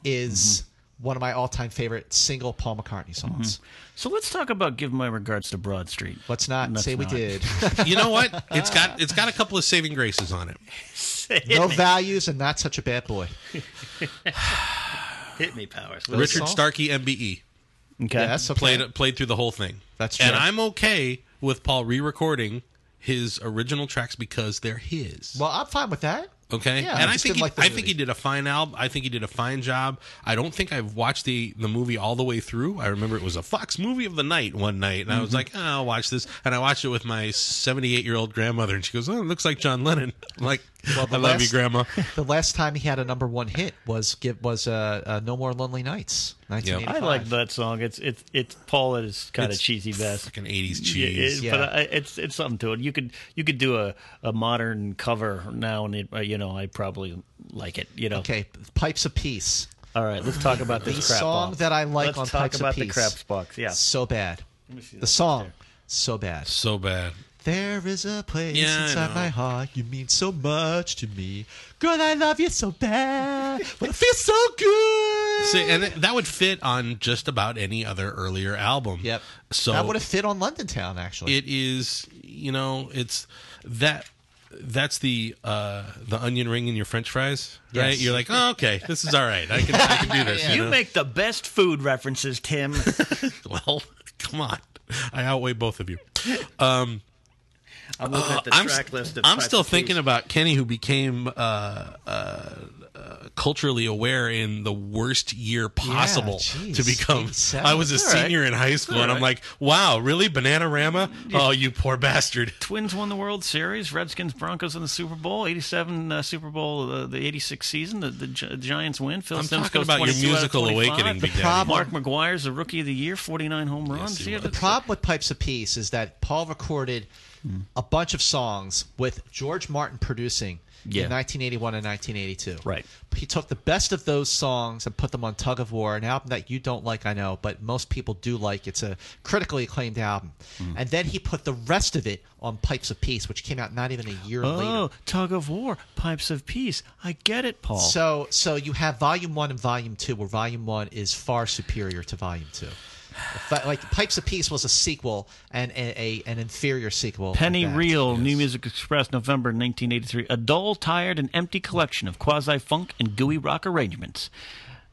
Speaker 2: is
Speaker 3: Mm-hmm.
Speaker 2: one of my all time favorite single Paul McCartney songs.
Speaker 1: So let's talk about give my regards to Broad Street.
Speaker 2: Let's not
Speaker 1: Let's
Speaker 2: say we
Speaker 1: not.
Speaker 3: [laughs]
Speaker 2: did.
Speaker 3: You know what? It's got it's got a couple of saving graces on it.
Speaker 2: no values and not such a bad boy.
Speaker 1: Hit me, Powers.
Speaker 3: Richard
Speaker 2: song?
Speaker 3: Starkey MBE.
Speaker 1: Okay.
Speaker 2: Yes, okay.
Speaker 3: played played through the whole thing.
Speaker 2: That's
Speaker 3: And
Speaker 2: true.
Speaker 3: I'm okay with Paul re-recording his original tracks because they're his.
Speaker 2: Well, I'm fine with that.
Speaker 3: okay,
Speaker 2: Yeah,
Speaker 3: and I
Speaker 2: just
Speaker 3: think
Speaker 2: didn't
Speaker 3: he,
Speaker 2: like the
Speaker 3: I
Speaker 2: movie.
Speaker 3: think he did a fine album. I think he did a fine job. I don't think I've watched the the movie all the way through. I remember it was a Fox movie of the night one night, and I
Speaker 2: Mm-hmm.
Speaker 3: was like, oh, I'll watch this. And I watched it with my 78 year old grandmother, and she goes, Oh, it looks like John Lennon. [laughs] I'm like, I love you,
Speaker 2: last- [laughs]
Speaker 3: Grandma.
Speaker 2: The last time he had a number one hit was give was uh, uh, No More Lonely Nights, 1985.
Speaker 1: I like that song. It's it's it's Paul at his kind of
Speaker 3: It's
Speaker 1: cheesy best.
Speaker 3: Fucking 80s
Speaker 1: Yeah, it
Speaker 3: cheese.
Speaker 1: is,
Speaker 2: Yeah.
Speaker 1: But I, it's it's something to it. You could you could do a, a modern cover now, and it, uh, you know I probably like it. You know.
Speaker 2: Okay, Pipes of Peace.
Speaker 1: All right, let's talk about this
Speaker 2: The
Speaker 1: crap
Speaker 2: song
Speaker 1: box.
Speaker 2: that I like
Speaker 1: let's
Speaker 2: on
Speaker 1: talk
Speaker 2: Pipes of
Speaker 1: about the
Speaker 2: Peace.
Speaker 1: crap box. Yeah.
Speaker 2: So bad. The song, so bad.
Speaker 3: So bad.
Speaker 2: There is a place
Speaker 3: Yeah, I
Speaker 2: inside
Speaker 3: know.
Speaker 2: my heart. You mean so much to me, girl. I love you so bad, but it feels so good.
Speaker 3: See, and it- that would fit on just about any other earlier album.
Speaker 2: yep.
Speaker 3: So
Speaker 2: that would have fit on London Town actually.
Speaker 3: it is you know it's that that's the uh the onion ring in your french fries right
Speaker 2: Yes.
Speaker 3: you're like oh okay this is all right i can, I can do this
Speaker 1: You
Speaker 3: know?
Speaker 1: make the best food references, Tim.
Speaker 3: well [laughs] come on i outweigh both of you um
Speaker 1: I'm looking at the
Speaker 3: I'm,
Speaker 1: track
Speaker 3: st-
Speaker 1: list. Of
Speaker 3: I'm
Speaker 1: Type
Speaker 3: still
Speaker 1: of
Speaker 3: thinking
Speaker 1: Foods.
Speaker 3: about Kenny, who became uh, uh, uh, culturally aware in the worst year possible
Speaker 2: jeez,
Speaker 3: to become.
Speaker 2: 87.
Speaker 3: I was a
Speaker 2: It's all right.
Speaker 3: senior in high school, and I'm like, wow, really, Bananarama? Oh, you poor bastard.
Speaker 1: Twins won the World Series. Redskins, Broncos in the Super Bowl. 87 uh, Super Bowl, uh, the 86 season. The, the Gi- Giants win. Phil
Speaker 3: I'm
Speaker 1: Simms
Speaker 3: talking
Speaker 1: goes
Speaker 3: about your
Speaker 1: 22 out of
Speaker 3: musical
Speaker 1: 25.
Speaker 3: awakening, Big Daddy.
Speaker 2: problem-
Speaker 1: Mark McGuire's the Rookie of the Year, 49 home runs.
Speaker 3: he
Speaker 1: See,
Speaker 3: was.
Speaker 2: The problem with Pipes of Peace is that Paul recorded a bunch of songs with George Martin producing
Speaker 1: Yeah.
Speaker 2: in 1981 and 1982.
Speaker 1: Right.
Speaker 2: He took the best of those songs and put them on Tug of War, an album that you don't like, I know, but most people do like. It's a critically acclaimed album.
Speaker 1: Mm.
Speaker 2: And then he put the rest of it on Pipes of Peace, which came out not even a year
Speaker 1: Oh,
Speaker 2: later.
Speaker 1: tug of war, pipes of peace. I get it, Paul.
Speaker 2: So, so you have Volume One and Volume Two, where Volume One is far superior to Volume Two. But, Like Pipes of Peace was a sequel and a, a an inferior sequel. at
Speaker 1: Penny
Speaker 2: that.
Speaker 1: Real, New Music Express, November 1983. A dull, tired, and empty collection of quasi funk and gooey rock arrangements.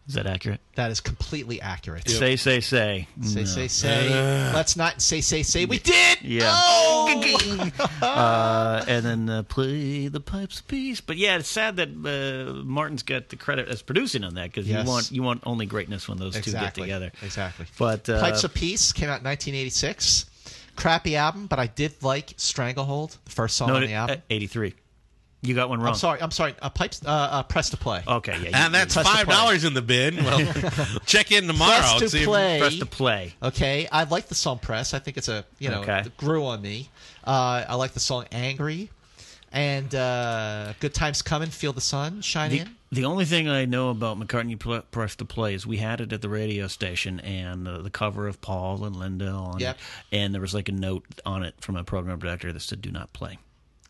Speaker 1: Is that accurate?
Speaker 2: That is completely accurate.
Speaker 1: Say, say, say. Mm,
Speaker 2: Say, say, say. Let's not say, say, say. We did.
Speaker 1: Yeah.
Speaker 2: Oh!
Speaker 1: uh, and then uh, play the pipes of peace. But yeah, it's sad that uh, Martin's got the credit as producing on that because
Speaker 2: Yes.
Speaker 1: you want you want only greatness when those
Speaker 2: exactly.
Speaker 1: two get together.
Speaker 2: Exactly.
Speaker 1: But uh,
Speaker 2: Pipes of Peace came out in 1986. Crappy album, but I did like Stranglehold, the first song
Speaker 1: no,
Speaker 2: on
Speaker 1: it- oh.
Speaker 2: the album.
Speaker 1: uh, 83. You got one wrong.
Speaker 2: I'm sorry. I'm sorry. Uh, Pipes. Uh, uh, press to play.
Speaker 1: Okay, yeah.
Speaker 3: And that's
Speaker 2: Press to
Speaker 3: five dollars in
Speaker 1: [laughs]
Speaker 3: the bin. Well, check in tomorrow.
Speaker 2: Press
Speaker 3: and
Speaker 2: to
Speaker 3: see if-
Speaker 2: play.
Speaker 1: press to play.
Speaker 2: Okay, I like the song "Press." I think it's a you know
Speaker 1: Okay.
Speaker 2: it grew on me. Uh, I like the song "Angry," and uh, "Good Times Coming." Feel the sun shine
Speaker 1: The,
Speaker 2: in.
Speaker 1: the only thing I know about McCartney pl- Press to Play is we had it at the radio station and uh, the cover of Paul and Linda on
Speaker 2: Yep.
Speaker 1: it. And there was like a note on it from a program director that said, do not play.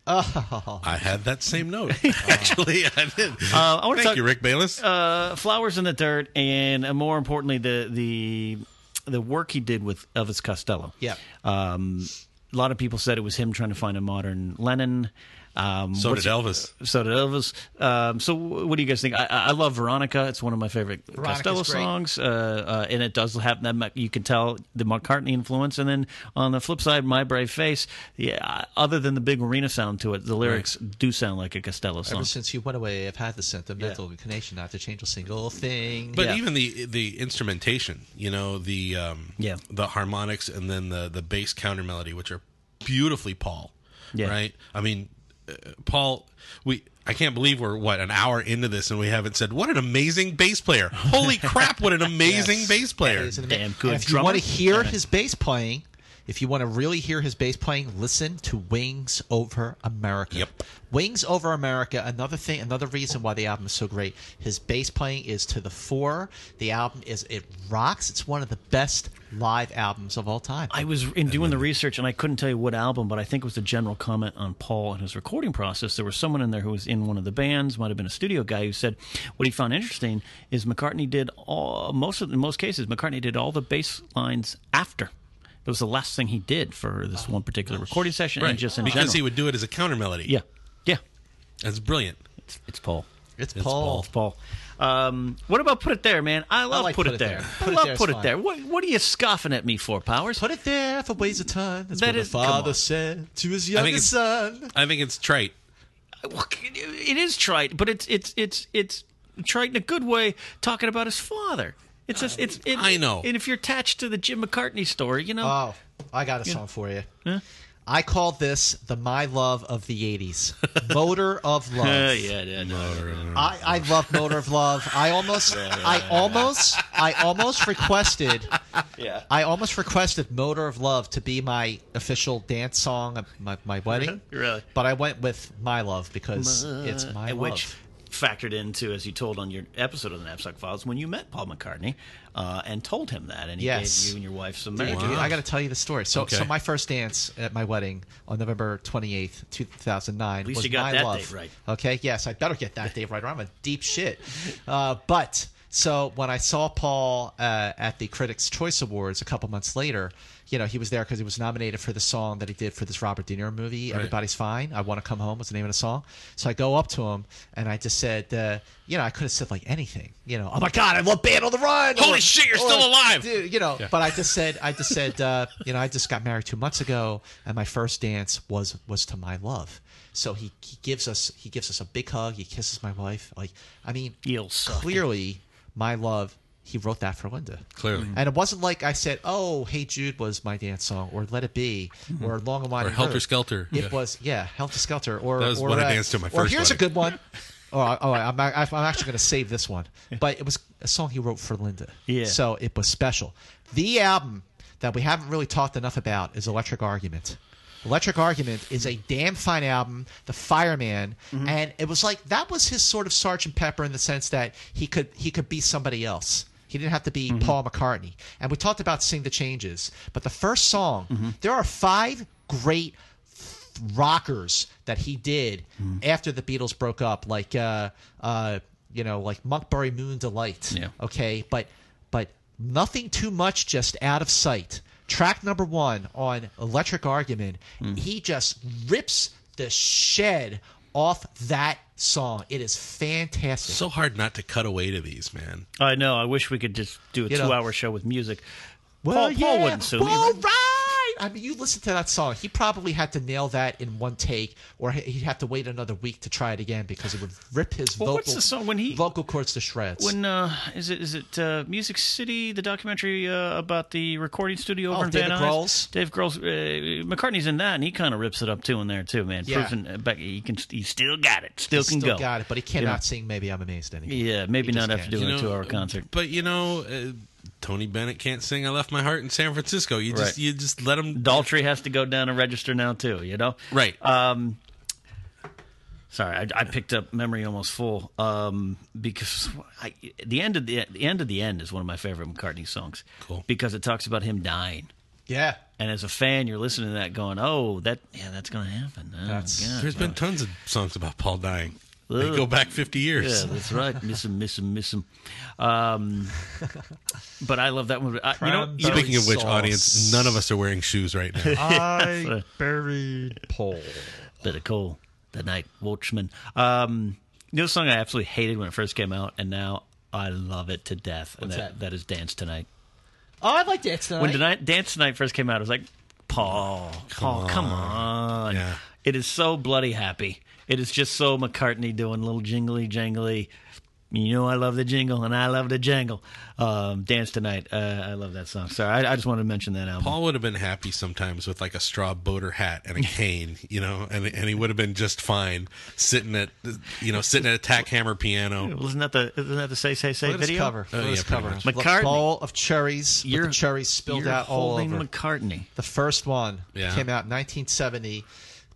Speaker 2: Oh, [laughs]
Speaker 3: I had that same
Speaker 1: [laughs]
Speaker 3: note. Actually, I did.
Speaker 1: Uh, I wanna
Speaker 3: Thank
Speaker 1: talk-
Speaker 3: you, Rick Bayless.
Speaker 1: uh, flowers in the dirt, and uh, more importantly, the the the work he did with Elvis Costello.
Speaker 2: Yeah.
Speaker 1: Um, a lot of people said it was him trying to find a modern Lennon. Um,
Speaker 3: so
Speaker 1: what's-
Speaker 3: did Elvis.
Speaker 1: So did Elvis. Um, so wh- what do you guys think? I, I I love Veronica. It's one of my favorite
Speaker 2: Veronica's
Speaker 1: Costello
Speaker 2: great.
Speaker 1: songs, uh, uh, and it does have that. Mac- You can tell the McCartney influence. And then on the flip side, My Brave Face. Yeah. uh, Other than the big arena sound to it, the lyrics do sound like a Costello song.
Speaker 2: Ever since you went away, I've had the sentimental inclination not to change a single thing.
Speaker 3: But
Speaker 1: Yeah.
Speaker 3: even the the instrumentation, you know, the um,
Speaker 1: Yeah.
Speaker 3: the harmonics and then the the bass counter melody, which are beautifully Paul.
Speaker 1: Yeah.
Speaker 3: Right. I mean, uh, Paul. We I can't believe we're what an hour into this and we haven't said what an amazing bass player. Holy
Speaker 1: [laughs]
Speaker 3: crap! What an amazing
Speaker 2: Yes.
Speaker 3: bass player.
Speaker 2: He's an
Speaker 1: Damn
Speaker 2: ama-
Speaker 1: good
Speaker 2: and if you
Speaker 1: drummer.
Speaker 2: want to hear
Speaker 1: Alright.
Speaker 2: his bass playing, if you want to really hear his bass playing, listen to Wings Over America.
Speaker 3: Yep.
Speaker 2: Wings Over America, another thing, another reason why the album is so great. His bass playing is to the fore. The album is it rocks. It's one of the best live albums of all time.
Speaker 1: I was in doing the research and I couldn't tell you what album, but I think it was the general comment on Paul and his recording process. There was someone in there who was in one of the bands, might have been a studio guy, who said what he found interesting is McCartney did all most of in most cases McCartney did all the bass lines after. It was the last thing he did for this one particular recording session
Speaker 3: Right.
Speaker 1: and just in
Speaker 3: because
Speaker 1: general.
Speaker 3: he would do it as a counter melody.
Speaker 1: yeah, yeah,
Speaker 3: That's brilliant.
Speaker 1: it's, it's Paul.
Speaker 2: it's,
Speaker 3: Paul.
Speaker 2: Paul.
Speaker 1: It's Paul. Um, what about put it there, man? I love
Speaker 2: like
Speaker 1: put, it there.
Speaker 2: Put
Speaker 1: I
Speaker 2: It
Speaker 1: love
Speaker 2: There's
Speaker 1: put it
Speaker 2: fine.
Speaker 1: there. What what are you scoffing at me for, Powers?
Speaker 2: Put it there for ways of time. That's
Speaker 1: That
Speaker 2: what
Speaker 1: is-
Speaker 2: the
Speaker 1: come
Speaker 2: father
Speaker 1: on.
Speaker 2: said to his
Speaker 3: I think
Speaker 2: youngest
Speaker 3: it's-
Speaker 2: son.
Speaker 3: I think it's trite.
Speaker 1: Well, it is trite, but it's it's it's it's trite in a good way. Talking about his father, it's just, it's it,
Speaker 3: I know.
Speaker 1: And if you're attached to the Jim McCartney story, you know,
Speaker 2: Oh, I got a song for you. I call this the My Love of the 80s. Motor
Speaker 1: [laughs]
Speaker 2: of Love.
Speaker 1: Uh, yeah, yeah, no.
Speaker 2: I, I love Motor of Love. I almost I almost I almost requested I almost requested Motor of Love to be my official dance song at my, my wedding.
Speaker 1: [laughs] Really?
Speaker 2: But I went with My Love because it's my love.
Speaker 1: which factored into, as you told on your episode of the Knapsack Files, when you met Paul McCartney uh, and told him that, and he
Speaker 2: Yes.
Speaker 1: gave you and your wife some
Speaker 2: Dude,
Speaker 1: marriage.
Speaker 2: dude,
Speaker 1: advice.
Speaker 2: I got to tell you the story. So, so
Speaker 3: Okay.
Speaker 2: my first dance at my wedding on November 28th, 2009
Speaker 1: least
Speaker 2: was
Speaker 1: you got
Speaker 2: my
Speaker 1: that
Speaker 2: love.
Speaker 1: date right.
Speaker 2: Okay, yes, I better get that date right or I'm a deep shit. Uh, but so when I saw Paul uh, at the Critics' Choice Awards a couple months later, you know, he was there because he was nominated for the song that he did for this Robert De Niro movie, Everybody's Fine. I Want to Come Home was the name of the song. So I go up to him and I just said, uh, you know, I could have said like anything, you know, oh my God, I love Band on the Run.
Speaker 3: Holy shit, you're still alive.
Speaker 2: dude, you know, but I just said, I just said, uh, you know, I just got married two months ago, and my first dance was was to my love. So he, he gives us he gives us a big hug. He kisses my wife. Like, I mean,
Speaker 1: You'll suck.
Speaker 2: clearly, my love. He wrote that for Linda.
Speaker 3: Clearly.
Speaker 2: and it wasn't like I said, "Oh, Hey Jude" was my dance song, or "Let It Be," or "Long and Winding
Speaker 3: Or Helter
Speaker 2: Road.
Speaker 3: Skelter.
Speaker 2: It
Speaker 3: Yeah.
Speaker 2: was yeah, "Helter Skelter," or
Speaker 3: That was
Speaker 2: or,
Speaker 3: what I
Speaker 2: uh,
Speaker 3: danced to my
Speaker 2: Or
Speaker 3: first
Speaker 2: here's a
Speaker 3: wedding.
Speaker 2: good
Speaker 3: [laughs]
Speaker 2: one. Oh, I- oh I'm, I'm actually going to save this one, but it was a song he wrote for Linda.
Speaker 1: Yeah.
Speaker 2: So so it was special. The album that we haven't really talked enough about is Electric Argument. Electric Argument is a damn fine album, The Fireman, and it was like that was his sort of Sergeant Pepper in the sense that he could he could be somebody else. He didn't have to be Paul McCartney. And we talked about Sing the Changes, but the first song, there are five great rockers that he did after the Beatles broke up, like uh, uh, you know, like Monkberry Moon Delight.
Speaker 1: Yeah.
Speaker 2: Okay, but but nothing too much, just out of sight. Track number one on Electric Argument,
Speaker 1: Hmm.
Speaker 2: he just rips the shed off that song. It is fantastic.
Speaker 3: so hard not to cut away to these, man.
Speaker 1: I know. I wish we could just do a
Speaker 2: You know.
Speaker 1: two-hour show with music.
Speaker 2: Well,
Speaker 1: Paul, Paul
Speaker 2: yeah.
Speaker 1: wouldn't sue me.
Speaker 2: Well,
Speaker 1: right?
Speaker 2: right. I mean, you listen to that song. He probably had to nail that in one take, or he- he'd have to wait another week to try it again because it would rip his
Speaker 1: Well,
Speaker 2: vocal
Speaker 1: what's the song when he-
Speaker 2: vocal cords to shreds.
Speaker 1: When uh, is it? Is it uh, Music City? The documentary uh, about the recording studio over
Speaker 2: Oh,
Speaker 1: in
Speaker 2: David
Speaker 1: Van
Speaker 2: Grohl's?
Speaker 1: Nuys. Dave Grohl's. Uh, McCartney's in that, and he kind of rips it up too in there too, man.
Speaker 2: Yeah.
Speaker 1: Proving uh, Becky, he can. He still got it. Still
Speaker 2: He
Speaker 1: can
Speaker 2: still
Speaker 1: go.
Speaker 2: got it, but he cannot sing. Maybe I'm amazed anymore.
Speaker 1: Yeah, maybe
Speaker 2: just
Speaker 1: not after
Speaker 2: can't.
Speaker 1: doing
Speaker 3: You
Speaker 1: a
Speaker 3: know, uh,
Speaker 1: two-hour concert.
Speaker 3: But you know, uh, Tony Bennett can't sing "I Left My Heart in San Francisco." You just
Speaker 1: Right.
Speaker 3: you just let him.
Speaker 1: Daltrey has to go down and register now too. You know.
Speaker 3: Right.
Speaker 1: Um, sorry, I, I picked up memory almost full um, because I, the end of the, the end of the end is one of my favorite McCartney songs.
Speaker 3: Cool.
Speaker 1: Because it talks about him dying.
Speaker 2: Yeah.
Speaker 1: And as a fan, you're listening to that, going, "Oh, that yeah, that's going to happen." Oh,
Speaker 2: That's-
Speaker 1: God.
Speaker 3: There's been tons of songs about Paul dying. They
Speaker 1: Ugh.
Speaker 3: go back 50 years.
Speaker 1: Yeah, that's right. Miss him, miss him, miss him.
Speaker 2: [laughs]
Speaker 1: Um, but I love that one. I, you know,
Speaker 2: Prime
Speaker 1: you know-
Speaker 3: Speaking of which,
Speaker 2: Sauce.
Speaker 3: audience, none of us are wearing shoes right
Speaker 1: [laughs]
Speaker 3: [laughs] now.
Speaker 2: I buried Paul.
Speaker 1: Better Call, The Night Watchman. Um, you know, a song I absolutely hated when it first came out, and now I love it to death. and
Speaker 2: What's
Speaker 1: that,
Speaker 2: that?
Speaker 1: That is Dance Tonight.
Speaker 2: Oh, I like dance tonight.
Speaker 1: When tonight, Dance Tonight first came out, I was like, Paul, Paul, come on.
Speaker 3: Yeah.
Speaker 1: It is so bloody happy. It is just so McCartney doing little jingly jangly. You know I love the jingle and I love the jangle. Um, Dance Tonight. Uh, I love that song. Sorry, I, I just wanted to mention that album.
Speaker 3: Paul would have been happy sometimes with like a straw boater hat and a cane, you know, and and he would have been just fine sitting at you know sitting at a tack hammer piano.
Speaker 1: Wasn't that the isn't that the say say say
Speaker 2: Look at this
Speaker 1: video?
Speaker 2: cover. Look at
Speaker 3: Oh, yeah,
Speaker 2: this
Speaker 3: pretty
Speaker 2: cover.
Speaker 3: much.
Speaker 2: Look,
Speaker 1: McCartney.
Speaker 2: Bowl of cherries. with
Speaker 1: You're-
Speaker 2: the cherries spilled
Speaker 1: You're
Speaker 2: out all
Speaker 1: holding
Speaker 2: over.
Speaker 1: McCartney.
Speaker 2: the first one
Speaker 3: Yeah.
Speaker 2: came out in 1970.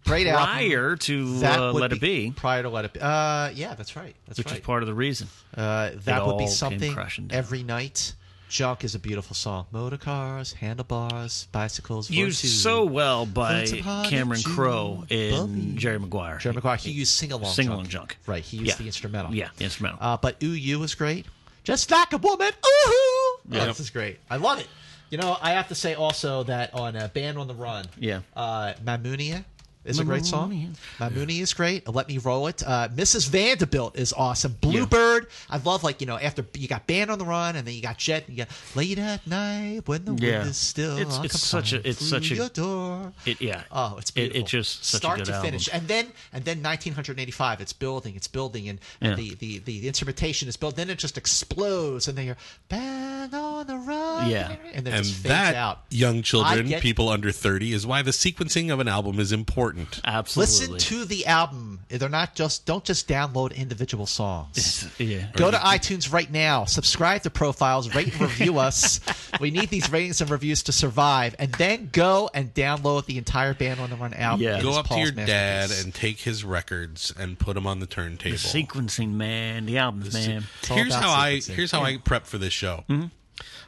Speaker 2: Great album.
Speaker 1: prior to
Speaker 2: That
Speaker 1: uh,
Speaker 2: would
Speaker 1: Let It Be,
Speaker 2: Prior to Let It Be. Uh, yeah, that's right. That's
Speaker 1: which
Speaker 2: right.
Speaker 1: is part of the reason.
Speaker 2: Uh, that
Speaker 1: It
Speaker 2: would
Speaker 1: all
Speaker 2: be
Speaker 1: came
Speaker 2: something
Speaker 1: crashing down.
Speaker 2: every night. Junk is a beautiful song. Motor cars, handlebars, bicycles.
Speaker 1: Used
Speaker 2: Virtue.
Speaker 1: so well by
Speaker 2: Once upon a
Speaker 1: Cameron Crowe
Speaker 2: June
Speaker 1: in
Speaker 2: Bobby.
Speaker 1: Jerry Maguire.
Speaker 2: Jerry Maguire, he used sing along.
Speaker 1: Sing Along Junk.
Speaker 2: Right. He used
Speaker 1: Yeah.
Speaker 2: the instrumental.
Speaker 1: Yeah, the instrumental.
Speaker 2: Uh, but Ooh You was great. Just like a woman. Ooh. Yeah,
Speaker 3: Yep.
Speaker 2: this is great. I love it. You know, I have to say also that on uh, Band on the Run,
Speaker 1: Yeah.
Speaker 2: uh, Mamunia is a great song. Mamunia is great. Let Me Roll It. Uh, Mrs. Vanderbilt is awesome. Bluebird. I love, like, you know, after you got Band on the Run and then you got Jet and you got Late at Night When the
Speaker 1: Yeah.
Speaker 2: Wind is Still.
Speaker 1: It's-
Speaker 2: I'll
Speaker 1: it's
Speaker 2: come
Speaker 1: such a- it's
Speaker 2: through
Speaker 1: such a-
Speaker 2: your door.
Speaker 1: It- yeah.
Speaker 2: Oh, it's
Speaker 1: It- it
Speaker 2: beautiful.
Speaker 1: just- such a
Speaker 2: start
Speaker 1: good
Speaker 2: to
Speaker 1: album.
Speaker 2: finish, and then and then 1985. It's building, it's building, and, and
Speaker 1: Yeah.
Speaker 2: the, the the instrumentation is built. Then it just explodes, and then you're band on the run.
Speaker 1: Yeah.
Speaker 2: and then it
Speaker 3: And
Speaker 2: just fades
Speaker 3: that
Speaker 2: out.
Speaker 3: young children,
Speaker 2: I get-
Speaker 3: people under 30 is why the sequencing of an album is important.
Speaker 1: Absolutely.
Speaker 2: Listen to the album. They're not just don't just download individual songs.
Speaker 1: yeah.
Speaker 2: Go to iTunes right now. Subscribe to Profiles. Rate and review
Speaker 3: [laughs]
Speaker 2: us. We need these ratings and reviews to survive. And then go and download the entire Band on the Run album.
Speaker 1: Yeah.
Speaker 2: It
Speaker 3: Go
Speaker 2: is
Speaker 3: up to
Speaker 2: Paul's
Speaker 3: your dad
Speaker 2: masterpiece.
Speaker 3: and take his records and put them on the turntable.
Speaker 1: Sequencing, man. The albums, man.
Speaker 2: all
Speaker 3: here's
Speaker 2: about
Speaker 3: how I
Speaker 2: sequencing.
Speaker 3: here's how I prep for this show.
Speaker 1: Mm-hmm.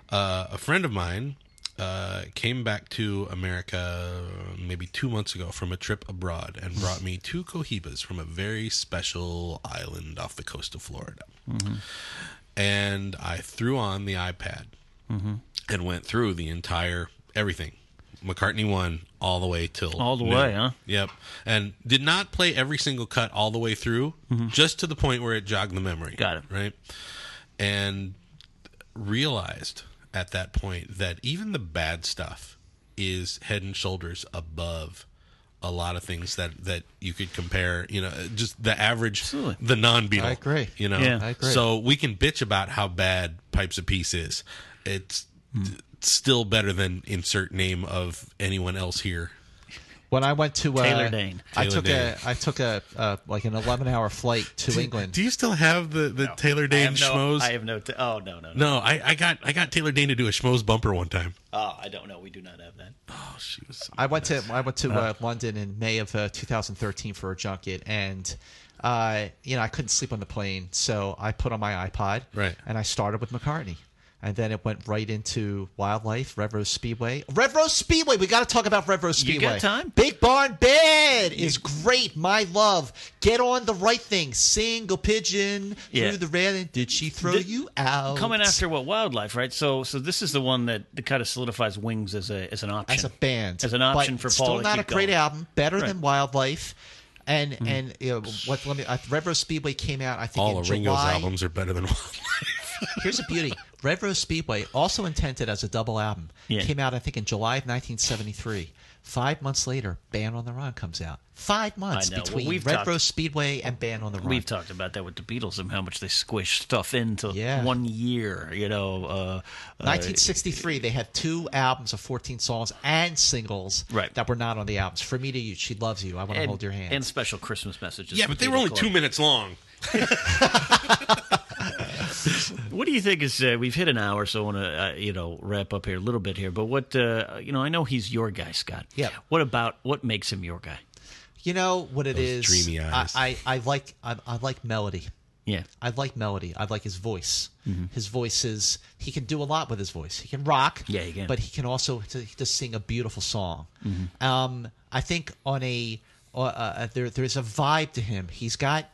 Speaker 3: Uh, a friend of mine uh, came back to America maybe two months ago from a trip abroad and brought me two cohibas from a very special island off the coast of Florida.
Speaker 1: Mm-hmm.
Speaker 3: And I threw on the iPad
Speaker 1: Mm-hmm.
Speaker 3: and went through the entire everything. McCartney one all the way till
Speaker 1: All the
Speaker 3: noon.
Speaker 1: way, huh?
Speaker 3: Yep, and did not play every single cut all the way through, just to the point where it jogged the memory.
Speaker 1: Mm-hmm. Got it.
Speaker 3: Right, and realized at that point that even the bad stuff is head and shoulders above a lot of things that that you could compare. You know, just the average,
Speaker 1: Absolutely.
Speaker 3: the non-Beatle.
Speaker 2: I agree.
Speaker 3: You know,
Speaker 1: Yeah.
Speaker 2: I agree.
Speaker 3: so we can bitch about how bad Pipes of Peace is. It's
Speaker 1: Mm.
Speaker 3: still better than insert name of anyone else here.
Speaker 2: When I went to uh,
Speaker 1: Taylor Dane.
Speaker 2: I
Speaker 3: Taylor
Speaker 2: took
Speaker 3: Dane.
Speaker 2: a I took a uh, like an eleven hour flight to England.
Speaker 3: Do you still have the, the Taylor
Speaker 1: I
Speaker 3: Dane
Speaker 1: have no.
Speaker 3: schmoes?
Speaker 1: I have no. T- oh no, no, no.
Speaker 3: no, I, I got I got Taylor Dane to do a schmoes bumper one time.
Speaker 1: Oh, I don't know. We do not have that.
Speaker 3: Oh, she was.
Speaker 2: I went to I went to
Speaker 3: Uh-huh.
Speaker 2: uh, London in May of uh, 2013 for a junket, and uh, you know I couldn't sleep on the plane, so I put on my iPod,
Speaker 3: Right.
Speaker 2: and I started with McCartney, and then it went right into Wildlife, Red Rose Speedway, Red Rose Speedway. We got to talk about Red Rose
Speaker 1: You
Speaker 2: Speedway.
Speaker 1: got time?
Speaker 2: Big Barn Bed is great, my love. Get on the right thing. Single pigeon
Speaker 1: Yeah.
Speaker 2: through the railing. Did she throw
Speaker 1: Th-
Speaker 2: you out?
Speaker 1: Coming after what wildlife, right? So, so this is the one that, that kind of solidifies Wings as a as an option,
Speaker 2: as a band,
Speaker 1: as an option
Speaker 2: but
Speaker 1: for
Speaker 2: it's
Speaker 1: Paul.
Speaker 2: Still
Speaker 1: to
Speaker 2: not
Speaker 1: keep
Speaker 2: a great
Speaker 1: going.
Speaker 2: album. Better
Speaker 1: Right. Mm-hmm.
Speaker 2: than Wildlife, and and you know, what? Let me. Uh, Red Rose Speedway came out. I think
Speaker 3: All
Speaker 2: in
Speaker 3: of Ringo's
Speaker 2: July.
Speaker 3: albums are better than one.
Speaker 2: [laughs] Here's a beauty. Red Rose Speedway, also intended as a double album,
Speaker 1: Yeah.
Speaker 2: came out I think in July of 1973. Five months later, Band on the Run comes out. Five months
Speaker 1: know. Well,
Speaker 2: between
Speaker 1: we've
Speaker 2: Red
Speaker 1: talked-
Speaker 2: Rose Speedway and Band on the Run.
Speaker 1: We've talked about that with the Beatles and how much they squish stuff into
Speaker 2: Yeah.
Speaker 1: one year. You know, uh, uh,
Speaker 2: 1963, they had two albums of 14 songs and singles
Speaker 1: Right.
Speaker 2: that were not on the albums. For me to you, she loves you. I want to
Speaker 1: and,
Speaker 2: hold your hand.
Speaker 1: and special Christmas messages.
Speaker 3: [laughs] yeah,
Speaker 1: for
Speaker 3: but they were
Speaker 1: Beatle
Speaker 3: only
Speaker 1: Club.
Speaker 3: two minutes long.
Speaker 1: What do you think is? Uh, we've hit an hour, so I want to uh, you know wrap up here a little bit here. But what uh, you know, I know he's your guy, Scott.
Speaker 2: Yeah.
Speaker 1: What about what makes him your guy?
Speaker 2: You know what it is.
Speaker 3: dreamy eyes.
Speaker 2: I, I, I like I, I like melody.
Speaker 1: Yeah.
Speaker 2: I like melody. I like his voice.
Speaker 1: Mm-hmm.
Speaker 2: His voice is he can do a lot with his voice. He can rock.
Speaker 1: Yeah, he can. Mm-hmm.
Speaker 2: But he can also t- just sing a beautiful song. Um, I think on a uh, uh, there there's a vibe to him. He's got.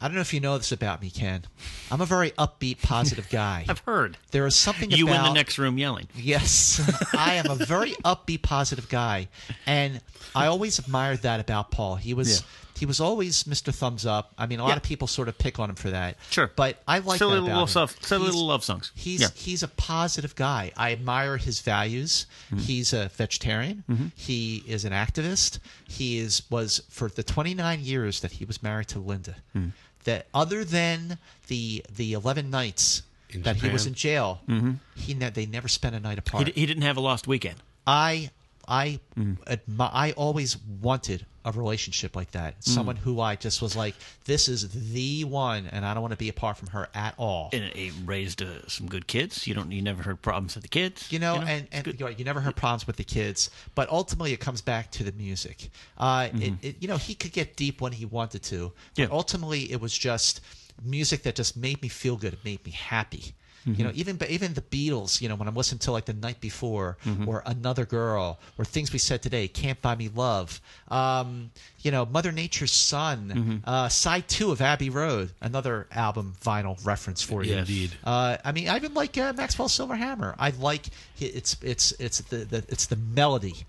Speaker 2: I don't know if you know this about me, Ken. I'm a very upbeat,
Speaker 1: [laughs]
Speaker 2: positive guy.
Speaker 1: I've heard
Speaker 2: there is something
Speaker 1: you in
Speaker 2: about
Speaker 1: the next room yelling.
Speaker 2: Yes, [laughs] I am a very upbeat, positive guy, and I always admired that about Paul. He was
Speaker 1: Yeah.
Speaker 2: he was always Mr. Thumbs Up. I mean, a lot of people sort of pick on him for that.
Speaker 1: Sure.
Speaker 2: but I like
Speaker 1: silly
Speaker 2: that
Speaker 1: little
Speaker 2: about
Speaker 1: love
Speaker 2: him.
Speaker 1: stuff, silly
Speaker 2: He's-
Speaker 1: little love songs.
Speaker 2: He's
Speaker 1: yeah.
Speaker 2: he's a positive guy. I admire his values.
Speaker 1: Mm-hmm.
Speaker 2: He's a vegetarian. He is an activist. He is was for the 29 years that he was married to Linda.
Speaker 1: Hmm.
Speaker 2: That other than the the 11 nights
Speaker 3: In
Speaker 2: that he was
Speaker 3: Japan.
Speaker 2: in jail, he ne- they never spent a night apart.
Speaker 1: He, he didn't have a lost weekend.
Speaker 2: I I admi- I always wanted a relationship like that. Someone who I just was like, this is the one, and I don't want to be apart from her at all.
Speaker 1: and he raised uh, some good kids. You don't, you never heard problems with the kids.
Speaker 2: you know, and, and you, know, you never heard problems with the kids, but ultimately it comes back to the music. Uh, it, it, you know, he could get deep when he wanted to, but
Speaker 1: Yeah.
Speaker 2: ultimately it was just music that just made me feel good. It made me happy. You know, even but even the Beatles. You know, when I'm listening to like the night before, or another girl, or things we said today, "Can't Buy Me Love," um, you know, Mother Nature's Son, uh, side two of Abbey Road, another album vinyl reference for you.
Speaker 1: Yes. Indeed.
Speaker 2: Uh, I mean, I even like uh, Maxwell Silverhammer. I like hi- it's it's it's the, the it's the melody.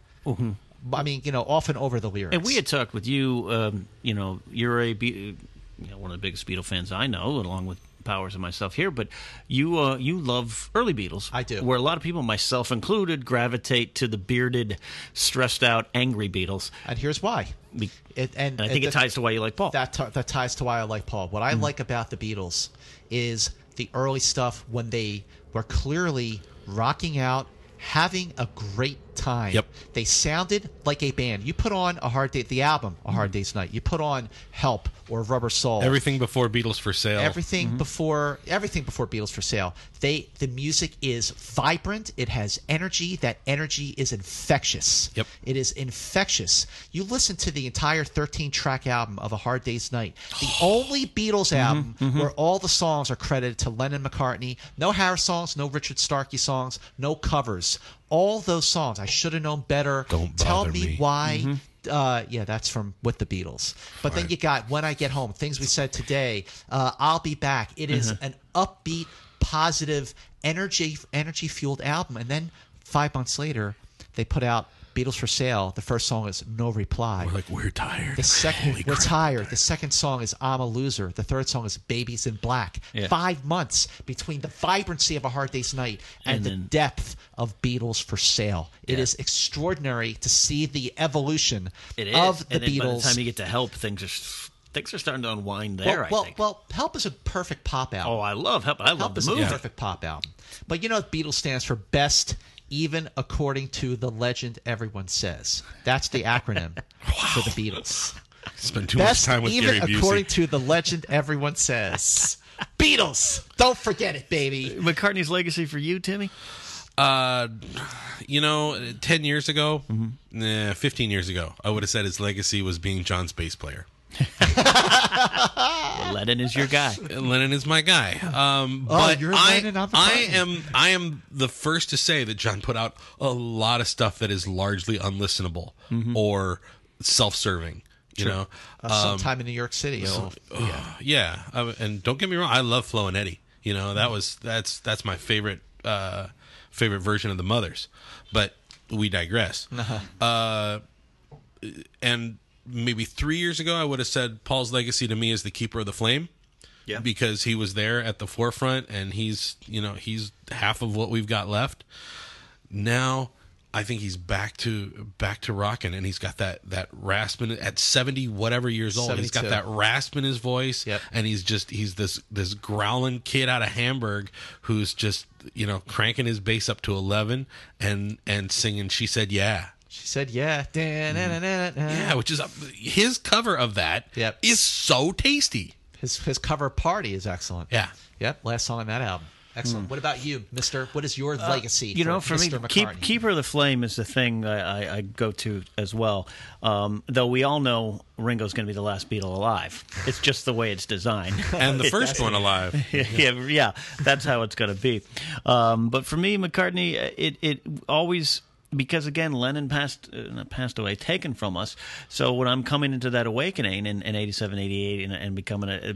Speaker 2: I mean, you know, often over the lyrics.
Speaker 1: Mm-hmm. And we had talked with you. Um, you know, you're a Be- uh, you know, one of the biggest Beatle fans I know, along with Powers and myself here. But you uh, you love early Beatles.
Speaker 2: I do.
Speaker 1: Where a lot of people, myself included, gravitate to the bearded, stressed out, angry Beatles.
Speaker 2: and here's why.
Speaker 1: Be-
Speaker 2: It, and,
Speaker 1: And I think
Speaker 2: and
Speaker 1: it ties to why you like Paul. Mm-hmm.
Speaker 2: that t- that ties to why I like Paul. What I like about the Beatles is the early stuff when they were clearly rocking out, having a great time.
Speaker 3: Yep.
Speaker 2: They sounded like a band. You put on a hard day, the album, a
Speaker 1: Mm-hmm.
Speaker 2: hard day's night. You put on Help or Rubber Soul.
Speaker 3: Everything before Beatles for sale. Mm-hmm.
Speaker 2: Everything before everything before Beatles for sale. They the music is vibrant. It has energy. That energy is infectious.
Speaker 3: Yep.
Speaker 2: It is infectious. You listen to the entire 13 track album of A Hard Day's Night,
Speaker 3: [sighs]
Speaker 2: the only Beatles
Speaker 3: Mm-hmm,
Speaker 2: album where all the songs are credited to Lennon McCartney. No Harris songs. No Richard Starkey songs. No covers. All those songs. I should have known better.
Speaker 3: Don't
Speaker 2: tell
Speaker 3: bother me.
Speaker 2: why. Uh, yeah, that's from with the Beatles. But then you got When I Get Home, Things We Said Today, uh, I'll Be Back. It is an upbeat, positive, energy energy fueled album. And then five months later, they put out Beatles for Sale. The first song is No Reply.
Speaker 3: We're like we're tired.
Speaker 2: The second we're tired. The second song is I'm a loser. The third song is Babies in Black. Five months between the vibrancy of a hard day's night and, the depth of Beatles for sale. It is extraordinary to see the evolution
Speaker 1: It is.
Speaker 2: of the
Speaker 1: and then
Speaker 2: Beatles.
Speaker 1: by the time you get to help, things are things are starting to unwind
Speaker 2: well,
Speaker 1: there.
Speaker 2: well,
Speaker 1: I think.
Speaker 2: well, Help is a perfect pop out.
Speaker 1: oh, I love help. I love
Speaker 2: Help
Speaker 1: the
Speaker 2: is
Speaker 1: movie.
Speaker 2: a perfect pop album. But you know, Beatles stands for best, even according to the legend everyone says. That's
Speaker 1: [laughs]
Speaker 2: the acronym for the Beatles.
Speaker 3: Spend too
Speaker 2: Best,
Speaker 3: much time with
Speaker 2: even
Speaker 3: Gary Busey.
Speaker 2: according to the legend everyone says. Beatles, don't forget it, baby.
Speaker 1: McCartney's legacy for you, Timmy.
Speaker 3: Uh, you know, ten years ago,
Speaker 2: Mm-hmm.
Speaker 3: nah, fifteen years ago, I would have said his legacy was being John's bass player.
Speaker 1: Well, Lennon is your guy.
Speaker 3: Lennon is my guy. Um,
Speaker 2: Oh,
Speaker 3: but
Speaker 2: you're
Speaker 3: I,
Speaker 2: Lennon, I'm
Speaker 3: I
Speaker 2: McCartney.
Speaker 3: am I am the first to say that John put out a lot of stuff that is largely unlistenable
Speaker 2: Mm-hmm.
Speaker 3: or self-serving. You know,
Speaker 2: Uh, sometime in New York City. Oh,
Speaker 3: yeah. I- and don't get me wrong, I love Flo and Eddie. You know, that was that's that's my favorite uh, favorite version of the Mothers. But we digress. uh and maybe three years ago, I would have said Paul's legacy to me is the keeper of the flame.
Speaker 1: Yeah.
Speaker 3: Because he was there at the forefront and he's, you know, he's half of what we've got left. Now I think he's back to back to rocking and he's got that that rasp in at 70 whatever years old. He's got
Speaker 2: 72.
Speaker 3: that rasp in his voice
Speaker 2: Yep.
Speaker 3: and he's just he's this this growling kid out of Hamburg who's just, you know, cranking his bass up to 11 and and singing she said yeah.
Speaker 2: She said, "Yeah."
Speaker 3: Yeah, which is a, his cover of that is
Speaker 2: Yep.
Speaker 3: so tasty.
Speaker 2: His his cover of party is excellent.
Speaker 3: Yeah.
Speaker 2: Yep. Last song on that album. Excellent. What about you, Mister? What is your legacy?
Speaker 1: Uh, you know, for
Speaker 2: Mr.
Speaker 1: me,
Speaker 2: McCartney?
Speaker 1: keep, Keeper of the Flame is the thing I, I, I go to as well. Um, though we all know Ringo's going to be the last Beatle alive. It's just the way it's designed.
Speaker 3: And the first one alive.
Speaker 1: [laughs] yeah, yeah, yeah, that's how it's going to be. Um, but for me, McCartney, uh, it it always because again, Lennon passed uh, not passed away, taken from us. So when I'm coming into that awakening in, in 87, 88, and, and becoming a,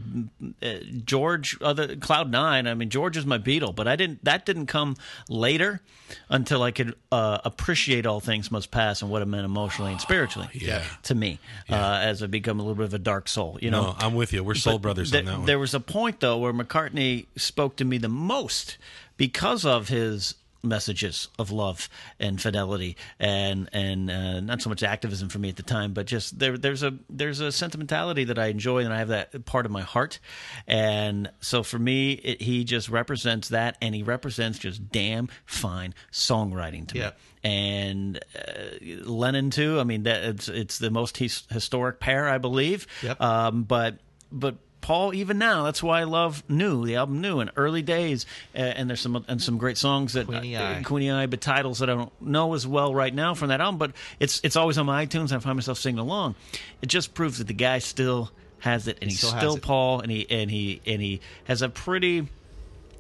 Speaker 1: a, a George other Cloud Nine, I mean George is my Beatle, but I didn't that didn't come later until I could uh, appreciate all things must pass and what it meant emotionally and spiritually.
Speaker 3: Oh, Yeah.
Speaker 1: to me, uh, as I become a little bit of a dark soul, you know.
Speaker 3: No, I'm with you. We're soul brothers
Speaker 1: There-
Speaker 3: on that one.
Speaker 1: There was a point though where McCartney spoke to me the most because of his messages of love and fidelity and and uh, not so much activism for me at the time but just there there's a there's a sentimentality that I enjoy and I have that part of my heart and so for me it, he just represents that and he represents just damn fine songwriting to
Speaker 2: Yeah.
Speaker 1: me and uh, Lennon too I mean that it's it's the most his, historic pair I believe
Speaker 2: Yep.
Speaker 1: um, but but Paul, even now, that's why I love New, the album New, and early days, uh, and there's some and some great songs that
Speaker 2: Queenie
Speaker 1: uh,
Speaker 2: Eye.
Speaker 1: Queenie Eye, but titles that I don't know as well right now from that album. But it's it's always on my iTunes. And I find myself singing along. It just proves that the guy still has it, and he's
Speaker 2: still has
Speaker 1: still
Speaker 2: it.
Speaker 1: Paul, and he and he and he has a pretty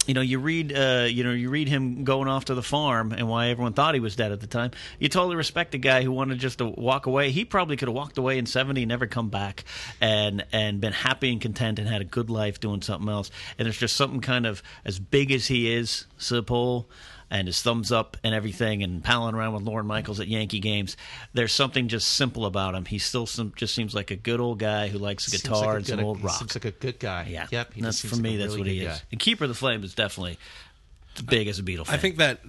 Speaker 1: you know, you read, uh, you know, you read him going off to the farm and why everyone thought he was dead at the time. You totally respect a guy who wanted just to walk away. He probably could have walked away in seventy, and never come back, and and been happy and content and had a good life doing something else. And there's just something kind of as big as he is, Sipol, and his thumbs up and everything, and palling around with Lauren Michaels at Yankee games. There's something just simple about him. He still some, just seems like a good old guy who likes
Speaker 2: Seems
Speaker 1: guitar
Speaker 2: like a
Speaker 1: and some
Speaker 2: good-
Speaker 1: old
Speaker 2: he
Speaker 1: rock.
Speaker 2: Seems like a good guy.
Speaker 1: Yeah.
Speaker 2: Yep. he just
Speaker 1: that's
Speaker 2: seems
Speaker 1: for me.
Speaker 2: like a
Speaker 1: that's
Speaker 2: really
Speaker 1: what he
Speaker 2: good
Speaker 1: is.
Speaker 2: guy.
Speaker 1: And Keeper of the Flame is definitely the big as a Beatle fan.
Speaker 3: I think that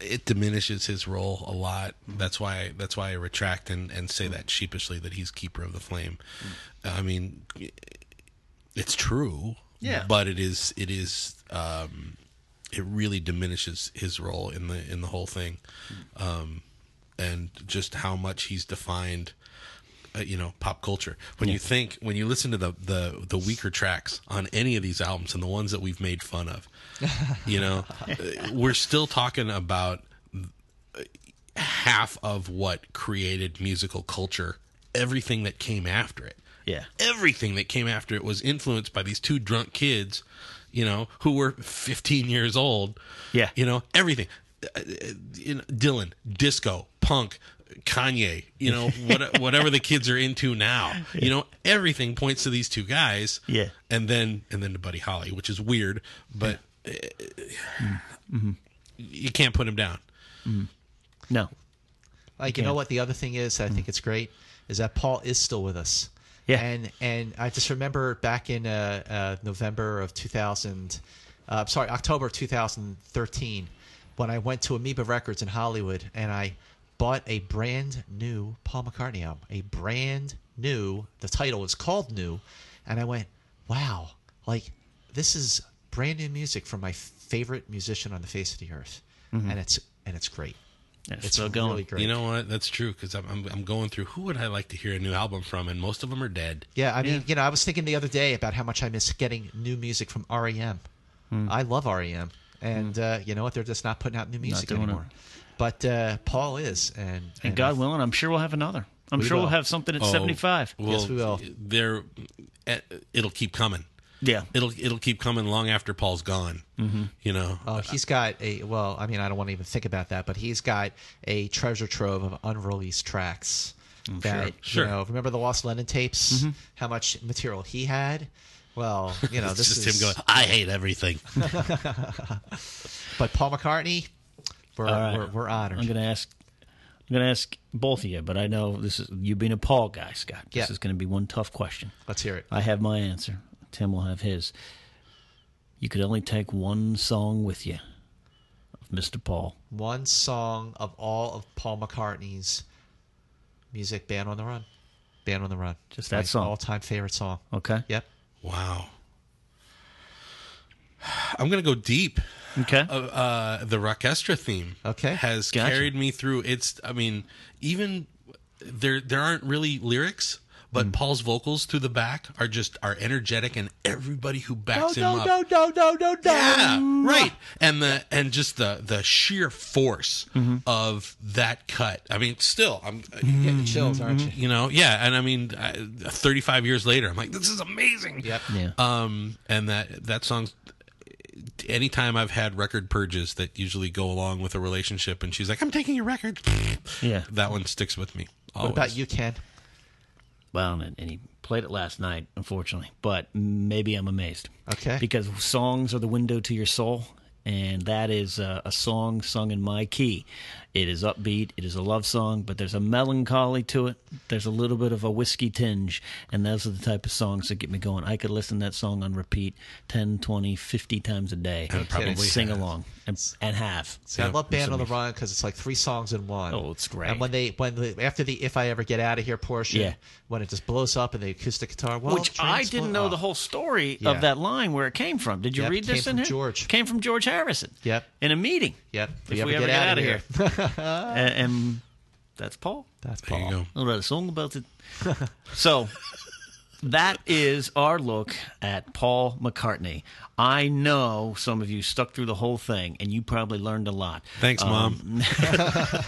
Speaker 3: it diminishes his role a lot. That's why that's why I retract and, and say that sheepishly that he's keeper of the flame.
Speaker 1: Mm.
Speaker 3: I mean, it's true.
Speaker 1: Yeah.
Speaker 3: But it is it is
Speaker 1: Mm.
Speaker 3: um, it really diminishes his role in the in the whole thing. Um, and just how much he's defined uh, you know pop culture when you think when you listen to the, the the weaker tracks on any of these albums and the ones that we've made fun of you know uh, we're still talking about uh, half of what created musical culture everything that came after it
Speaker 1: Yeah.
Speaker 3: everything that came after it was influenced by these two drunk kids you know who were 15 years old
Speaker 1: Yeah.
Speaker 3: you know everything Uh, uh, you know, dylan disco punk kanye you
Speaker 1: [laughs]
Speaker 3: know what, whatever the kids are into now you know everything points to these two guys
Speaker 1: Yeah.
Speaker 3: and then and then to buddy holly which is weird but uh,
Speaker 1: Mm-hmm.
Speaker 3: you can't put him down
Speaker 1: No.
Speaker 2: Like you know what the other thing is that I think it's great is that Paul is still with us.
Speaker 1: Yeah.
Speaker 2: And and I just remember back in uh, uh, November of 2000, uh, sorry October of 2013, when I went to Amoeba Records in Hollywood and I bought a brand new Paul McCartney album, a brand new. The title is called New, and I went, wow, like this is brand new music from my favorite musician on the face of the earth, and it's and it's great.
Speaker 1: It's,
Speaker 2: It's
Speaker 1: still going.
Speaker 2: really great.
Speaker 3: you know what that's true because I'm, I'm, I'm going through who would i like to hear a new album from and most of them are dead
Speaker 2: Yeah, I mean, you know, I was thinking the other day about how much I miss getting new music from REM. I love REM, and uh, you know what? They're just not putting out new music
Speaker 1: doing it.
Speaker 2: anymore. But uh, Paul is, and,
Speaker 1: And God willing, I'm sure we'll have another. I'm sure
Speaker 2: will.
Speaker 1: we'll have something at
Speaker 3: Oh,
Speaker 1: 75.
Speaker 3: Well,
Speaker 2: Yes, we will.
Speaker 3: There, eh, it'll keep coming.
Speaker 1: Yeah.
Speaker 3: It'll it'll keep coming long after Paul's gone. You know,
Speaker 2: Oh, he's got a well. I mean, I don't want to even think about that, but he's got a treasure trove of unreleased tracks. that
Speaker 3: Sure.
Speaker 2: you know, remember the Lost Lennon tapes? How much material he had? Well, you know,
Speaker 3: it's
Speaker 2: this
Speaker 3: just
Speaker 2: is
Speaker 3: him going. I hate everything. [laughs]
Speaker 2: But Paul McCartney, we're we're, we're honored.
Speaker 1: I'm gonna ask. I'm gonna ask both of you, but I know this is you being a Paul guy, Scott. This
Speaker 2: Yeah.
Speaker 1: is gonna be one tough question.
Speaker 2: Let's hear it.
Speaker 1: I have my answer. Tim will have his. You could only take one song with you of Mr. Paul.
Speaker 2: one song of all of Paul McCartney's music, "Band on the Run." "Band on the Run,"
Speaker 1: Just that song.
Speaker 2: all-time favorite song.
Speaker 1: Okay.
Speaker 2: Yep.
Speaker 3: wow. [sighs] I'm gonna go deep.
Speaker 1: Okay.
Speaker 2: Oh,
Speaker 3: Uh, the Rockestra theme,
Speaker 2: Okay.
Speaker 3: has
Speaker 1: Gotcha.
Speaker 3: carried me through. It's. I mean, even there there aren't really lyrics. But
Speaker 2: Mm.
Speaker 3: Paul's vocals through the back are just are energetic, and everybody who backs him up
Speaker 2: no, no, no, no.
Speaker 3: Yeah, right. And the and just the the sheer force
Speaker 2: Mm-hmm.
Speaker 3: of that cut. I mean, still, I'm
Speaker 2: Getting
Speaker 1: Mm-hmm.
Speaker 2: the chills, aren't you?
Speaker 3: you know, yeah. And I mean, I, 35 years later, I'm like, this is amazing.
Speaker 2: Yep.
Speaker 1: yeah.
Speaker 3: Um, and that that song's. Anytime I've had record purges that usually go along with a relationship, and she's like, "I'm taking your record," [laughs]
Speaker 1: yeah.
Speaker 3: that one sticks with me. Oh,
Speaker 2: What
Speaker 3: Always.
Speaker 2: about you, Ken?
Speaker 1: Well, and, and he played it last night, unfortunately. But maybe I'm amazed.
Speaker 2: Okay.
Speaker 1: Because songs are the window to your soul, and that is uh, a, a song sung in my key. It is upbeat. It is a love song, but there's a melancholy to it. There's a little bit of a whiskey tinge, and those are the type of songs that get me going. I could listen to that song on repeat 10, 20, 50 times a day, and
Speaker 3: probably
Speaker 1: sing
Speaker 3: have.
Speaker 1: along and, and have.
Speaker 2: See, I love "Band on the Run" because it's like three songs in one.
Speaker 1: Oh, it's great.
Speaker 2: And when they when the, after the "If I Ever Get Out of Here" portion,
Speaker 1: Yeah.
Speaker 2: when it just blows up and the acoustic guitar, well,
Speaker 1: Which I didn't know the whole story
Speaker 2: oh. Yeah.
Speaker 1: of that line where it came from. Did you
Speaker 2: Yep,
Speaker 1: read this
Speaker 2: came
Speaker 1: in
Speaker 2: from
Speaker 1: here?
Speaker 2: George.
Speaker 1: Came from George Harrison.
Speaker 2: Yep.
Speaker 1: In a meeting.
Speaker 2: Yep.
Speaker 1: If, we ever get, out of here. and, and that's Paul.
Speaker 2: that's
Speaker 3: There
Speaker 2: Paul.
Speaker 3: you go.
Speaker 1: I wrote a song about
Speaker 2: [laughs]
Speaker 1: it. so that is our look at Paul McCartney. I know some of you stuck through the whole thing, and you probably learned a lot. Um,
Speaker 3: Thanks,
Speaker 2: Um,
Speaker 3: mom.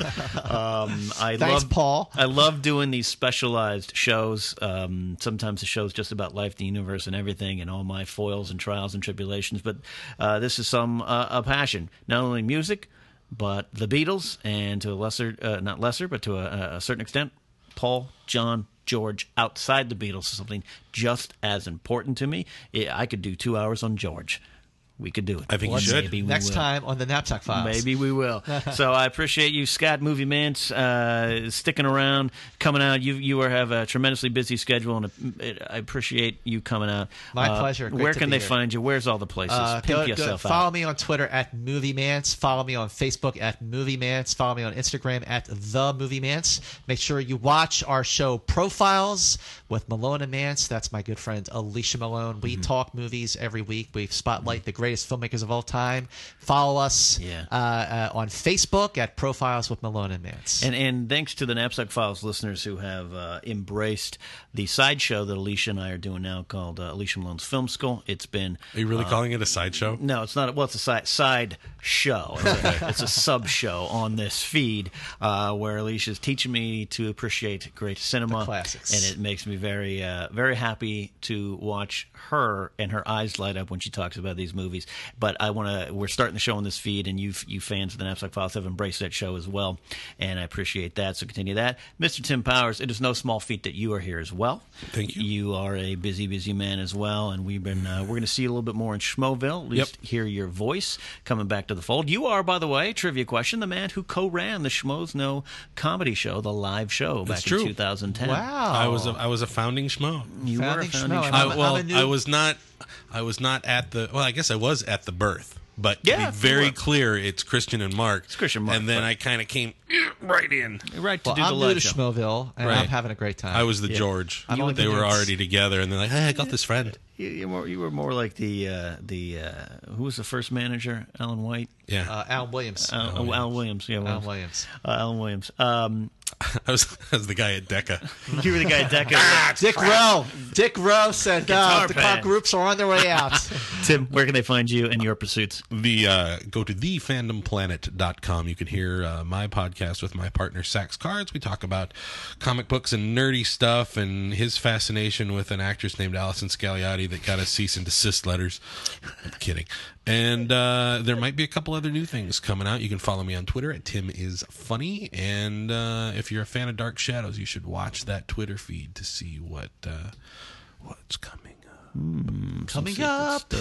Speaker 1: I
Speaker 2: Thanks,
Speaker 1: love
Speaker 2: Paul.
Speaker 1: I love doing these specialized shows. Um, sometimes the show's just about life, the universe, and everything, and all my foils and trials and tribulations. But uh, this is some uh, a passion, not only music, but the Beatles, and to a lesser, uh, not lesser, but to a, a certain extent, Paul, John, George, outside the Beatles is something just as important to me. Yeah, I could do two hours on George. We could do it.
Speaker 3: I think you
Speaker 1: Or
Speaker 3: should.
Speaker 1: maybe we
Speaker 2: [laughs] Next
Speaker 1: will.
Speaker 2: time on the Knapsack Files.
Speaker 1: Maybe we
Speaker 2: [laughs]
Speaker 1: will. so I appreciate you, Scott Movie Mance, uh, sticking around, coming out. You you are, have a tremendously busy schedule, and uh, I appreciate you coming out.
Speaker 2: My
Speaker 1: Uh,
Speaker 2: pleasure. Great
Speaker 1: where
Speaker 2: to
Speaker 1: can
Speaker 2: be
Speaker 1: they
Speaker 2: here.
Speaker 1: find you? Where's all the places?
Speaker 2: Uh,
Speaker 1: Pimp
Speaker 2: go- go-
Speaker 1: yourself
Speaker 2: follow
Speaker 1: out.
Speaker 2: me on Twitter at Movie Mance. Follow me on Facebook at Movie Mance. Follow me on Instagram at The Movie Mance. Make sure you watch our show Profiles
Speaker 1: Mm-hmm.
Speaker 2: with Malone and Mance. That's my good friend Alicia Malone. We talk movies every week. We spotlight the greatest greatest filmmakers of all time. Follow us
Speaker 1: Yeah.
Speaker 2: uh, uh, on Facebook at Profiles with Malone and Mance.
Speaker 1: And and thanks to the Knapsack Files listeners who have uh, embraced the sideshow that Alicia and I are doing now called uh, Alicia Malone's Film School. It's been
Speaker 3: Are you
Speaker 2: uh,
Speaker 3: really calling it a sideshow?
Speaker 1: no, it's not. Well, it's a side, side show. It's a, it's a sub show on this feed uh, where Alicia's teaching me to appreciate great cinema,
Speaker 2: classics.
Speaker 1: and it makes me very, uh, very happy to watch her and her eyes light up when she talks about these movies. But I want to. We're starting the show on this feed, and you, you fans of the Knapsack Files have embraced that show as well, and I appreciate that. So continue that, Mr. Tim Powers. It is no small feat that you are here as well.
Speaker 3: Thank you.
Speaker 1: You are a busy, busy man as well, and we've been uh, we're going to see you a little bit more in Schmoville. At least hear your voice coming back to the fold. You are, by the way, trivia question: the man who co-ran the Schmoes No comedy show, the live show back
Speaker 3: That's true.
Speaker 1: in 2010.
Speaker 2: wow.
Speaker 3: I was a, I was a founding schmo.
Speaker 1: you were a
Speaker 2: Founding
Speaker 1: founding
Speaker 2: schmo.
Speaker 1: schmo.
Speaker 3: I,
Speaker 2: I'm a-
Speaker 3: well,
Speaker 2: I'm a new-
Speaker 3: I was not. I was not at the. Well, I guess I was at the birth. But
Speaker 1: Yeah,
Speaker 3: to
Speaker 1: you
Speaker 3: be very
Speaker 1: were.
Speaker 3: clear, it's Christian and Mark. It's
Speaker 1: Christian and Mark,
Speaker 3: And then
Speaker 1: but-
Speaker 3: I kind of came right in.
Speaker 1: right to
Speaker 2: well,
Speaker 1: do
Speaker 2: I'm
Speaker 1: the
Speaker 2: new
Speaker 1: live
Speaker 2: to
Speaker 1: show.
Speaker 2: Schmoville, and I'm
Speaker 3: Right.
Speaker 2: having a great time.
Speaker 3: I was the George.
Speaker 2: I'm only
Speaker 3: They were
Speaker 2: convinced-
Speaker 3: already together, and they're like, "Hey, I got this friend."
Speaker 1: You, you were, you were more like the uh, the uh, who was the first manager? Alan White.
Speaker 3: Yeah,
Speaker 2: uh, Alan Williams.
Speaker 1: Uh, oh, Alan Williams. Yeah,
Speaker 2: Alan Williams.
Speaker 1: Uh, Alan Williams. Um, [laughs]
Speaker 3: [laughs] I was I was the guy at Decca.
Speaker 1: you were the guy at Decca.
Speaker 2: Dick Rowe. Dick Rowe said uh,
Speaker 1: Guitar
Speaker 2: the
Speaker 1: band.
Speaker 2: pop groups are on their way out.
Speaker 1: Tim, where can they find you and your pursuits?
Speaker 3: the uh, go to thefandomplanet.com. You can hear uh, my podcast with my partner Sax Cards. We talk about comic books and nerdy stuff, and his fascination with an actress named Allison Scagliotti that got us cease and desist letters. I'm kidding. And uh, there might be a couple other new things coming out. You can follow me on Twitter at Tim is funny. And uh, if you're a fan of Dark Shadows, you should watch that Twitter feed to see what uh, what's coming. up.
Speaker 2: Coming up.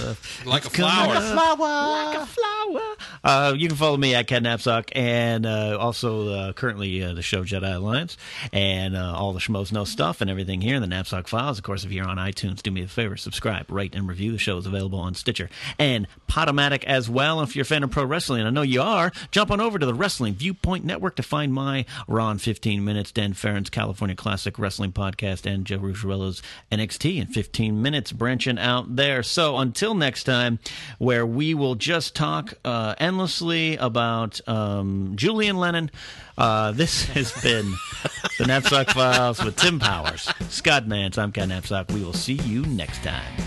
Speaker 3: Like a
Speaker 1: coming
Speaker 3: flower.
Speaker 1: up.
Speaker 2: Flower.
Speaker 1: flower. Uh, you can follow me at Cat Knapsack and uh, also uh, currently uh, the show Jedi Alliance and uh, all the Schmoes Know stuff and everything here in the Knapsack Files. Of course, if you're on iTunes, do me a favor, subscribe, rate, and review. The show is available on Stitcher and Podomatic as well. And if you're a fan of pro wrestling, and I know you are, jump on over to the Wrestling Viewpoint Network to find my Ron 15 Minutes, Dan Farron's California Classic Wrestling Podcast, and Joe Rusciarello's NXT in 15 minutes, branching out there. So until next time, where we will just talk uh, endlessly about um, Julian Lennon, uh, this [laughs] has been the Knapsack Files with Tim Powers, Scott Nance. I'm Ken Knapsack. We will see you next time.